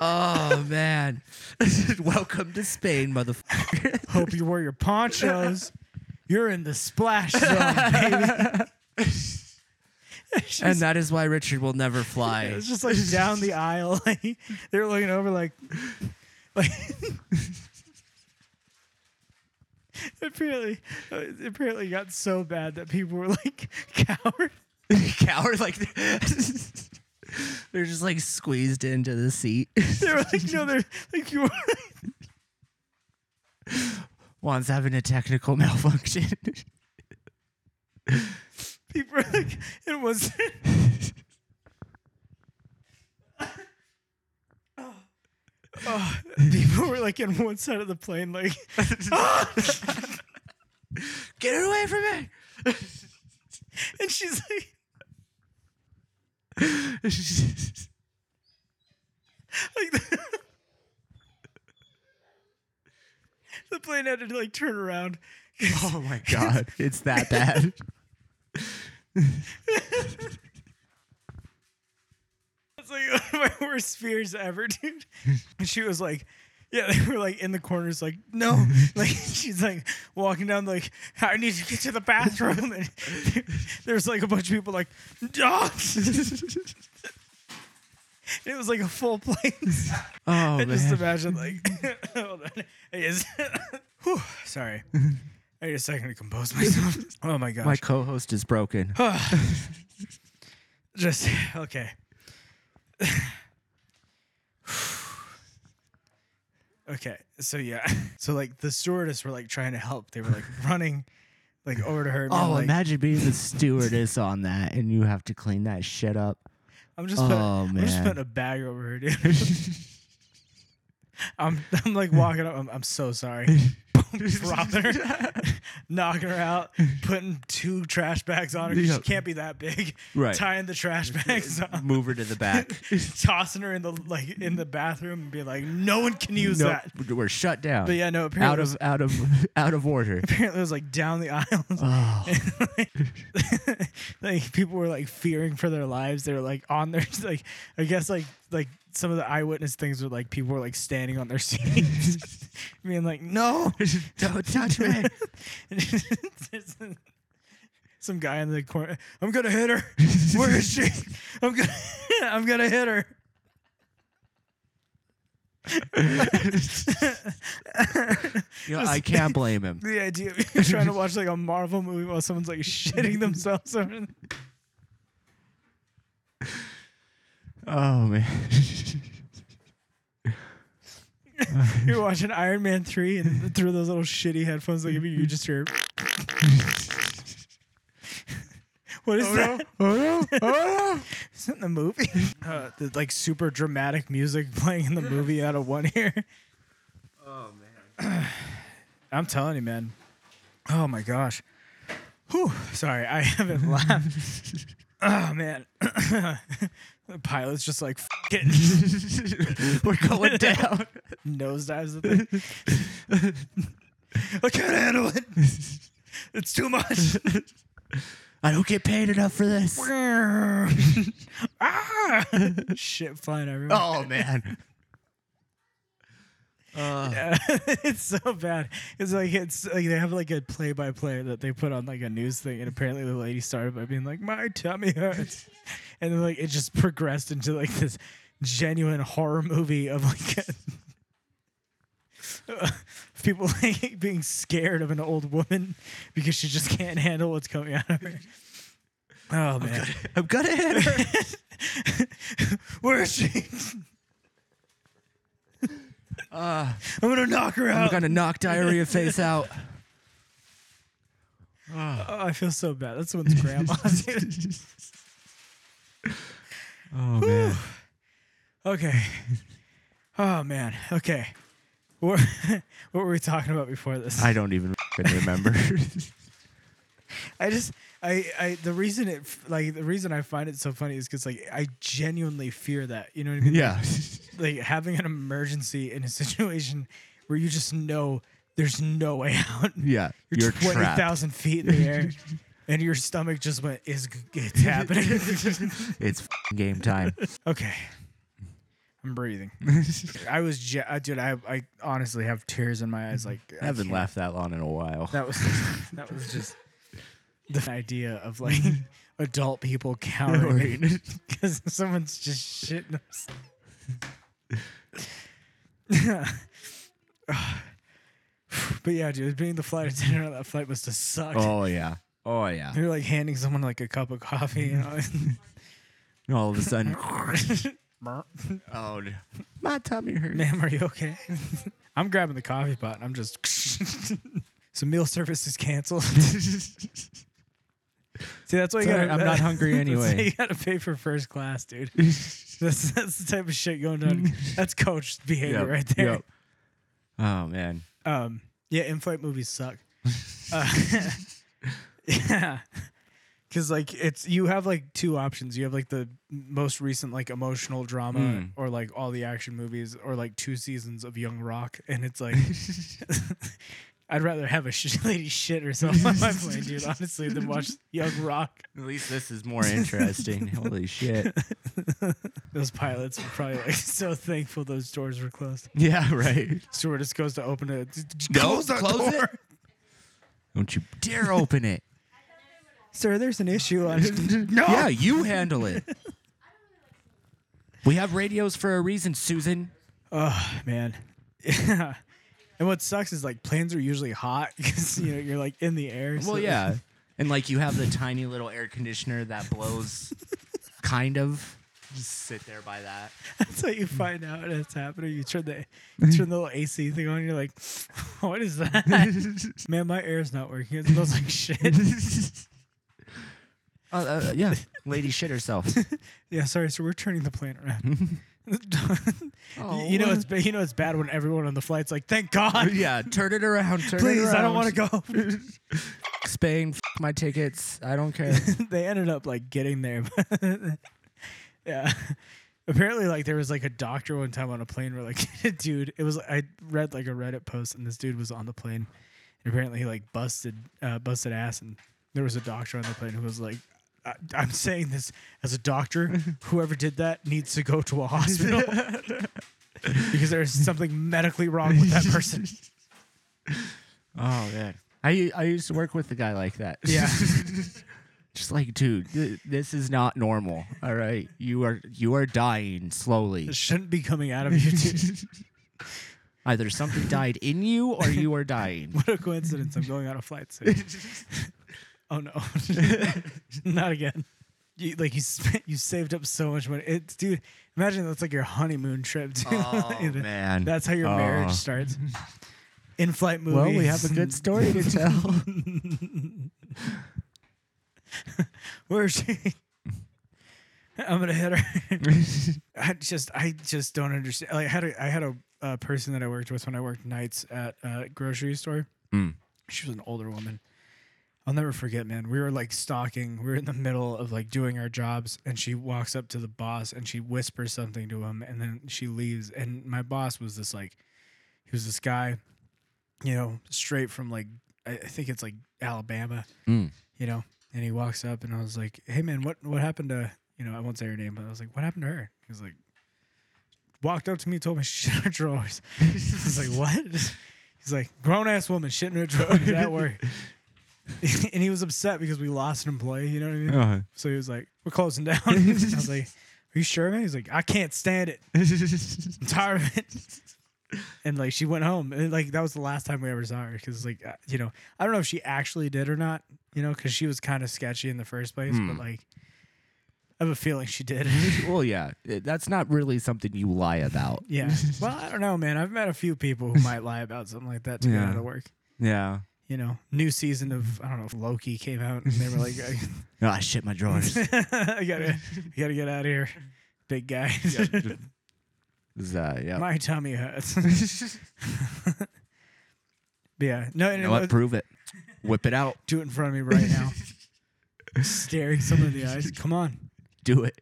S2: oh man. [LAUGHS] Welcome to Spain, motherfucker.
S1: [LAUGHS] Hope you wore your ponchos. You're in the splash zone, [LAUGHS] baby. She's-
S2: and that is why Richard will
S1: [LAUGHS]
S2: never fly. [LAUGHS]
S1: it's just like down the aisle. [LAUGHS] Like, they're looking over, like, like. [LAUGHS] apparently, uh, apparently, it got so bad that people were like [LAUGHS] coward.
S2: Coward like [LAUGHS] they're just like squeezed into the seat. [LAUGHS]
S1: They were like, no, they're like you. Were,
S2: Juan's having a technical [LAUGHS] malfunction.
S1: people were like, [LAUGHS] it was. [LAUGHS] Oh, people were like in one side of the plane, [LAUGHS] like
S2: Get it away from me.
S1: [LAUGHS] And she's like, like the, [LAUGHS] the plane had to like turn around.
S2: Oh my god, it's that bad.
S1: It's like [LAUGHS] one of my worst fears ever, [LAUGHS] dude. And she was like, yeah, they were like in the corners, like no,
S2: [LAUGHS]
S1: like she's like walking down, like I need to get to the bathroom, and [LAUGHS] there's like a bunch of people like, dogs. [LAUGHS] It was like a full
S2: [LAUGHS]
S1: plane.
S2: [LAUGHS]
S1: [LAUGHS]
S2: Oh
S1: I just
S2: man.
S1: imagine like [LAUGHS] hold on. I just- [LAUGHS] Whew,
S2: [LAUGHS]
S1: sorry. I need a second to compose myself. [LAUGHS] Oh my
S2: My
S1: gosh.
S2: co-host is broken.
S1: Oh, [SIGHS] just okay. okay. So yeah. [LAUGHS] So like the stewardess were like trying to help. They were like running like over to her. and being
S2: Oh,
S1: like,
S2: imagine being the stewardess on that and you have to clean that shit up.
S1: I'm just putting,
S2: Oh,
S1: I'm just
S2: man.
S1: putting a bag over her,
S2: [LAUGHS]
S1: dude. I'm [LAUGHS] I'm like walking up. I'm, I'm so
S2: [LAUGHS]
S1: sorry. Dropping her, [LAUGHS] knocking her out, putting two trash bags on her. 'cause
S2: Yeah.
S1: She can't be that big.
S2: Right.
S1: Tying the trash bags on,
S2: Move her to
S1: [LAUGHS]
S2: the back.
S1: tossing her in the like in the bathroom, and be like, no one can use
S2: Nope,
S1: that.
S2: we're shut down.
S1: But yeah, no. Apparently,
S2: out
S1: it, was,
S2: of out of [LAUGHS] out of
S1: [LAUGHS]
S2: order.
S1: apparently it was like down the aisles. [LAUGHS]
S2: Oh,
S1: like [LAUGHS] people were like fearing for their lives. They were like on their [LAUGHS] like I guess like like some of the eyewitness things were like people were like standing on their [LAUGHS] seats, [LAUGHS] being like no.
S2: [LAUGHS] don't touch
S1: [LAUGHS]
S2: me.
S1: some guy in the corner. I'm gonna hit
S2: [LAUGHS]
S1: her. Where is she? I'm gonna [LAUGHS] I'm gonna hit her.
S2: You know,
S1: [LAUGHS]
S2: I can't blame him.
S1: The idea of [LAUGHS] you trying to watch like a Marvel movie while someone's like shitting themselves. Over.
S2: Oh man.
S1: [LAUGHS]
S2: [LAUGHS]
S1: You're watching Iron Man three and through those little shitty headphones, like you just hear. [LAUGHS] what is that?
S2: Oh no. Oh
S1: [LAUGHS] Is that in the movie? Uh, the like super dramatic music playing in the movie out of one ear. [LAUGHS] Oh man, [CLEARS THROAT] I'm telling you, man. Oh my gosh. Whew. Sorry, I [LAUGHS] haven't laughed. oh man, [CLEARS THROAT] the pilot's just like F- it, [LAUGHS]
S2: no. we're going down.
S1: nosedives the thing. [LAUGHS] I can't handle it. It's too much. [LAUGHS]
S2: I don't get paid enough for this.
S1: ah! Shit flying everywhere.
S2: Oh man.
S1: [LAUGHS] it's so bad. It's like it's like they have like a play by play that they put on like a news thing, and apparently the lady started by being like, "My tummy hurts," [LAUGHS] and then like it just progressed into like this genuine horror movie of like. [LAUGHS] People like being scared of an old woman because she just can't handle what's coming out of her. Oh man,
S2: I'm gonna hit her.
S1: [LAUGHS] where is
S2: [LAUGHS]
S1: she?
S2: Uh,
S1: I'm gonna knock her
S2: I'm
S1: out.
S2: gonna knock diarrhea
S1: [LAUGHS]
S2: face out.
S1: Oh, I feel so bad. That's someone's grandma. [LAUGHS] dude.
S2: Oh man.
S1: okay. Oh man. Okay. What, [LAUGHS] what were we talking about before this?
S2: I don't [LAUGHS] even fucking remember.
S1: I just I I the reason it f- like the reason I find it so funny is because like I genuinely fear that you know what I mean.
S2: [LAUGHS] yeah.
S1: Like having an emergency in a situation where you just know there's no way out.
S2: Yeah.
S1: You're, twenty thousand feet in the air, and your stomach just went is it's happening. [LAUGHS]
S2: It's f***ing game time.
S1: okay. I'm breathing. I was, je- I- dude. I, I honestly have tears in my eyes. Like
S2: I haven't laughed that long in a while.
S1: That was, that was just the idea of like [LAUGHS] adult people cowering [LAUGHS] because someone's just shitting themselves. [SIGHS] but yeah, dude, being the flight attendant on that flight must have sucked.
S2: [LAUGHS] oh yeah.
S1: [LAUGHS]
S2: Oh yeah.
S1: You're like handing someone like a cup of coffee. You know? [LAUGHS]
S2: All of a sudden. [LAUGHS] oh, no. my tummy hurts.
S1: Ma'am, are you okay? [LAUGHS] I'm grabbing the coffee pot and I'm just. [LAUGHS] so meal service is canceled. [LAUGHS] See, that's why you
S2: Sorry,
S1: gotta,
S2: I'm not hungry
S1: [LAUGHS] that's why
S2: anyway.
S1: you gotta pay for first class,
S2: [LAUGHS]
S1: dude. That's, that's the type of shit going on. That's coach behavior
S2: Yep,
S1: right there.
S2: yep. Oh man.
S1: Um, yeah, in-flight movies
S2: [LAUGHS]
S1: suck. uh, [LAUGHS] yeah, because like it's you have like two options. You have like the most recent like emotional drama,
S2: Mm.
S1: or like all the action movies, or like two seasons of Young Rock, and it's
S2: [LAUGHS]
S1: like. [LAUGHS] I'd rather have a sh- [LAUGHS] lady shit herself on my plane,
S2: [LAUGHS]
S1: dude. Honestly, than watch Young Rock.
S2: At least this
S1: [LAUGHS]
S2: is more interesting. Holy shit.
S1: Those pilots were probably like [LAUGHS] so thankful those doors were closed.
S2: Yeah. Right.
S1: Stewardess goes to open it.
S2: No,
S1: close that
S2: close it.
S1: door.
S2: Don't you dare
S1: [LAUGHS]
S2: open it.
S1: Sir, there's an issue on. [LAUGHS]
S2: [LAUGHS] no.
S1: Oh.
S2: Yeah, you handle it. We have radios for a reason, Susan.
S1: Oh man, [LAUGHS] yeah. And what sucks is like planes are usually hot [LAUGHS] because you know you're like in the air. so-
S2: Well, yeah. [LAUGHS] And like you have the tiny little air conditioner that blows kind of. Just sit there by that.
S1: [LAUGHS] that's how you find out it's happening. You turn
S2: [LAUGHS]
S1: the you turn the little AC thing on. You're like, [LAUGHS] what is
S2: [LAUGHS]
S1: that? man, my air's not working. It smells like shit.
S2: Uh, uh, yeah. Lady shit [LAUGHS] herself.
S1: Yeah, sorry. So we're turning the plane around.
S2: [LAUGHS]
S1: [LAUGHS] you know it's ba- you know it's bad when everyone on the flight's like, thank God.
S2: Oh. yeah, turn it around. Turn
S1: [LAUGHS]
S2: it
S1: Please,
S2: around.
S1: I don't want to go.
S2: [LAUGHS] Spain, f- my tickets. I don't care.
S1: [LAUGHS] they ended up like getting there. [LAUGHS] but- yeah. Apparently, like there was like a doctor one time on a plane where like [LAUGHS] dude, it was I read like a Reddit post and this dude was on the plane and apparently he like busted uh, busted ass and there was a doctor on the plane who was like, I, I'm saying this as a doctor, whoever did that needs to go to a hospital [LAUGHS] because there's something medically wrong with that person.
S2: [LAUGHS] oh man, I I used to work with a guy like that.
S1: Yeah.
S2: [LAUGHS] just like dude, th- this is not normal. All right, you are you are dying
S1: [LAUGHS]
S2: slowly.
S1: It shouldn't be coming out of you. Dude.
S2: Either something died in you or you
S1: [LAUGHS]
S2: are dying.
S1: What a coincidence. I'm going on a flight
S2: [LAUGHS]
S1: soon. oh no. [LAUGHS] Not again. You, like you spent, you saved up so much money. It's dude, imagine that's like your honeymoon trip. Dude.
S2: Oh
S1: [LAUGHS] Like,
S2: man,
S1: That's how your marriage
S2: Oh.
S1: starts. In flight movies.
S2: Well, we have a good story to [LAUGHS] tell.
S1: Where is she? [LAUGHS] I'm gonna hit her. I just I just don't understand. Like, I had a I had a uh, person that I worked with when I worked nights at a grocery store.
S2: Mm.
S1: She was an older woman. I'll never forget, man. We were like stalking. We were in the middle of like doing our jobs, and she walks up to the boss and she whispers something to him, and then she leaves. And my boss was this like, he was this guy, you know, straight from like I, I think it's like Alabama,
S2: Mm.
S1: you know. And he walks up, and I was like, "Hey, man, what what happened to you know?" I won't say her name, but I was like, "What happened to her?" He was like, walked up to me [LAUGHS] and told me shit in her drawers. I was like, what? [LAUGHS] He's like, grown ass woman shit in her drawers at work. [LAUGHS] and he was upset because we lost an employee, you know what I mean?
S2: Uh-huh.
S1: So he was like, we're closing down. [LAUGHS] I was like, are you sure, man? He's like, I can't stand it. I'm tired of it. [LAUGHS] And like she went home, and like that was the last time we ever saw her because like uh, you know I don't know if she actually did or not, you know, because she was kind of sketchy in the first place. But like, I have a feeling she did.
S2: well, yeah, it- that's not really something you lie about.
S1: yeah. Well, I don't know, man. I've met a few people who might lie about something like that to get
S2: Yeah.
S1: out of work.
S2: Yeah.
S1: You know, new season of I don't know if Loki came out, and they were like, [LAUGHS] I,
S2: No, I Ah, shit my [LAUGHS] drawers.
S1: I gotta, I gotta get out of here, big guy.
S2: Is that- yeah.
S1: My tummy hurts.
S2: [LAUGHS]
S1: But yeah, no, no,
S2: you
S1: no,
S2: know
S1: [LAUGHS]
S2: what? Prove it. Whip it out.
S1: do it in front of me right
S2: [LAUGHS]
S1: now. Staring someone in the eyes. Come on. [LAUGHS]
S2: Do it.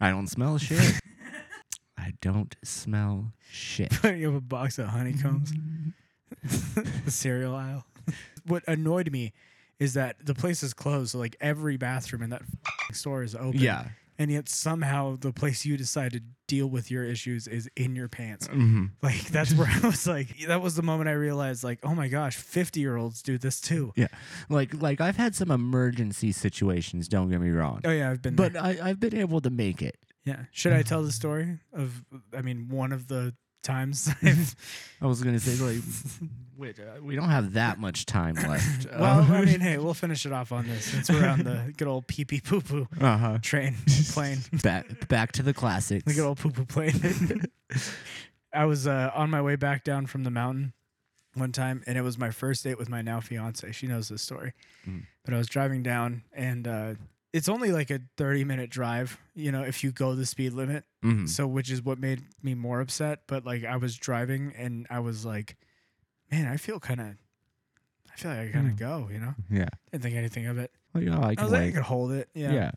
S2: I don't smell [LAUGHS] shit. I don't smell shit.
S1: Putting up a box of honeycombs. [LAUGHS] the cereal aisle. what annoyed me is that the place is closed, so like every bathroom in that f***ing store is open.
S2: Yeah.
S1: And yet somehow the place you decide to deal with your issues is in your
S2: [LAUGHS]
S1: pants.
S2: Mhm.
S1: Like that's where I was like that was the moment I realized like, oh my gosh, fifty year olds do this
S2: [LAUGHS]
S1: too.
S2: Yeah. Like like I've had some emergency situations, don't get me wrong.
S1: Oh yeah, I've been there.
S2: But I, I've been able to make it.
S1: Yeah. Should I tell the story of? I mean, one of the [LAUGHS] times. I've,
S2: I was gonna say [LAUGHS] like wait, uh, we don't have that much time left.
S1: well,
S2: [LAUGHS]
S1: I mean, hey, we'll finish it off on this since we're on [LAUGHS] the good old pee pee poo poo
S2: uh-huh.
S1: [LAUGHS] train plane,
S2: Back back to the classics.
S1: the good old poo poo [LAUGHS] plane. I was uh, on my way back down from the mountain one time, and it was my first date with my now fiance. She knows this story, but I was driving down, and uh, it's only like a thirty minute drive, you know, if you go the speed limit.
S2: Mhm.
S1: So, which is what made me more upset. But like, I was driving and I was like, man, I feel kind of, I feel like I kind of go, you know?
S2: Yeah.
S1: Didn't think anything of it.
S2: Like,
S1: I
S2: oh, I Hmm. can
S1: was like, I
S2: wait.
S1: could hold it. Yeah.
S2: yeah.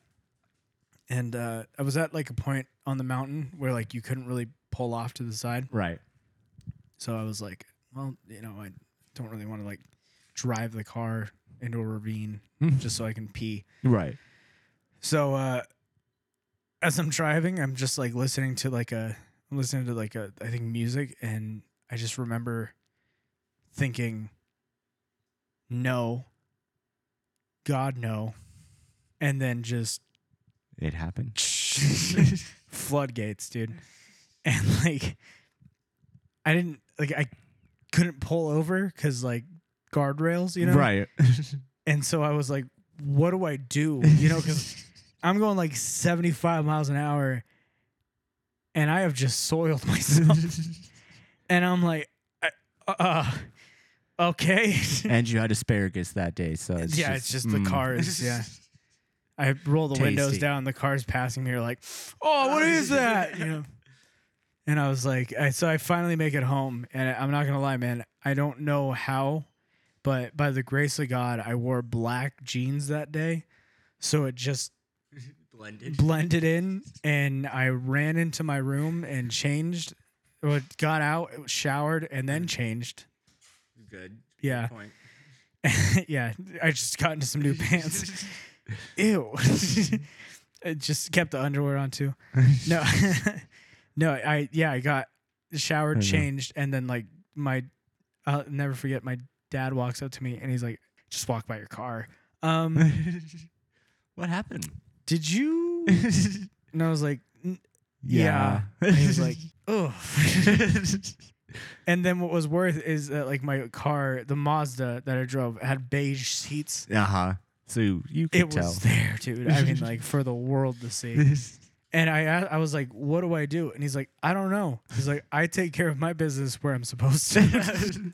S1: And uh, I was at like a point on the mountain where like you couldn't really pull off to the side.
S2: Right.
S1: So I was like, well, you know, I don't really want to like drive the car into a ravine
S2: Mm-hmm.
S1: just so I can pee.
S2: [LAUGHS] Right.
S1: So uh as I'm driving, I'm just like listening to like a I'm listening to like a I think music and I just remember thinking no god no and then just [LAUGHS]
S2: It happened.
S1: floodgates, dude. And like, I didn't like I couldn't pull over because like guardrails, you know.
S2: [LAUGHS] right.
S1: And so I was like, what do I do? You know, because I'm going like 75 miles an hour, and I have just soiled [LAUGHS] myself. and I'm like, I- uh, okay. [LAUGHS]
S2: and you had asparagus that day, so it's
S1: yeah,
S2: just,
S1: it's just the
S2: mm. [LAUGHS]
S1: cars. Yeah. I roll the windows
S2: Tasty.
S1: down. The cars passing me are like, "Oh, what is that?" You know. And I was like, I, so I finally make it home, and I- I'm not gonna lie, man, I don't know how, but by the grace of God, I wore black jeans that day, so it just
S2: Blended.
S1: blended in, and I ran into my room and changed, well, got out, showered, and then changed.
S2: Good.
S1: Yeah.
S2: point.
S1: [LAUGHS] yeah, I just got into some new pants. Ew. [LAUGHS] I just kept the underwear on too. No, [LAUGHS] no, I yeah, I got showered,
S2: know.
S1: changed, and then like my, I'll never forget. My dad walks up to me and he's like, "Just walk by your car." Um,
S2: what happened?
S1: did you? And I was like, "N-
S2: Yeah.
S1: "Yeah." [LAUGHS] And he was like, "Ugh." and then what was worth is that like my car, the Mazda that I drove, had beige seats.
S2: uh huh. So you could
S1: It
S2: tell.
S1: was there, dude. I mean, like for the world to see. And I, a- I was like, "What do I do?" And he's like, "I don't know." He's like, "I take care of my business where I'm supposed to."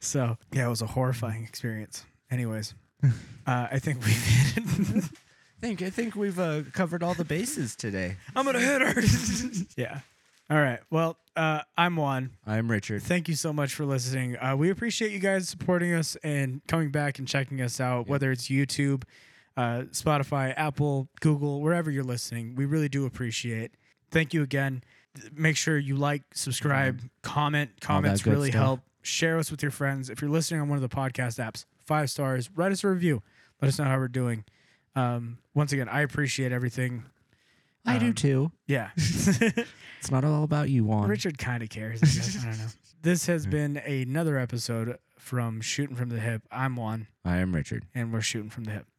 S1: so yeah, it was a horrifying experience. Anyways, uh, I think we [LAUGHS] hit. it.
S2: think I think we've uh, covered all the bases today.
S1: I'm gonna hit her. [LAUGHS] yeah. All right. Well, uh, I'm Juan.
S2: I'm Richard.
S1: Thank you so much for listening. Uh, we appreciate you guys supporting us and coming back and checking us out, whether it's YouTube, uh, Spotify, Apple, Google, wherever you're listening. We really do appreciate. Thank you again. Th- Make sure you like, subscribe, comment. Comments
S2: good
S1: really
S2: stuff.
S1: help. Share us with your friends. If you're listening on one of the podcast apps, five stars. Write us a review. Let us know how we're doing. Um, once again, I appreciate everything.
S2: I do
S1: Um,
S2: too. [LAUGHS]
S1: Yeah. [LAUGHS]
S2: It's not all about you, Juan.
S1: Richard kind of cares. I, guess. I don't know. This has been another episode from Shooting from the Hip. I'm Juan,
S2: I am Richard.
S1: and we're shooting from the hip.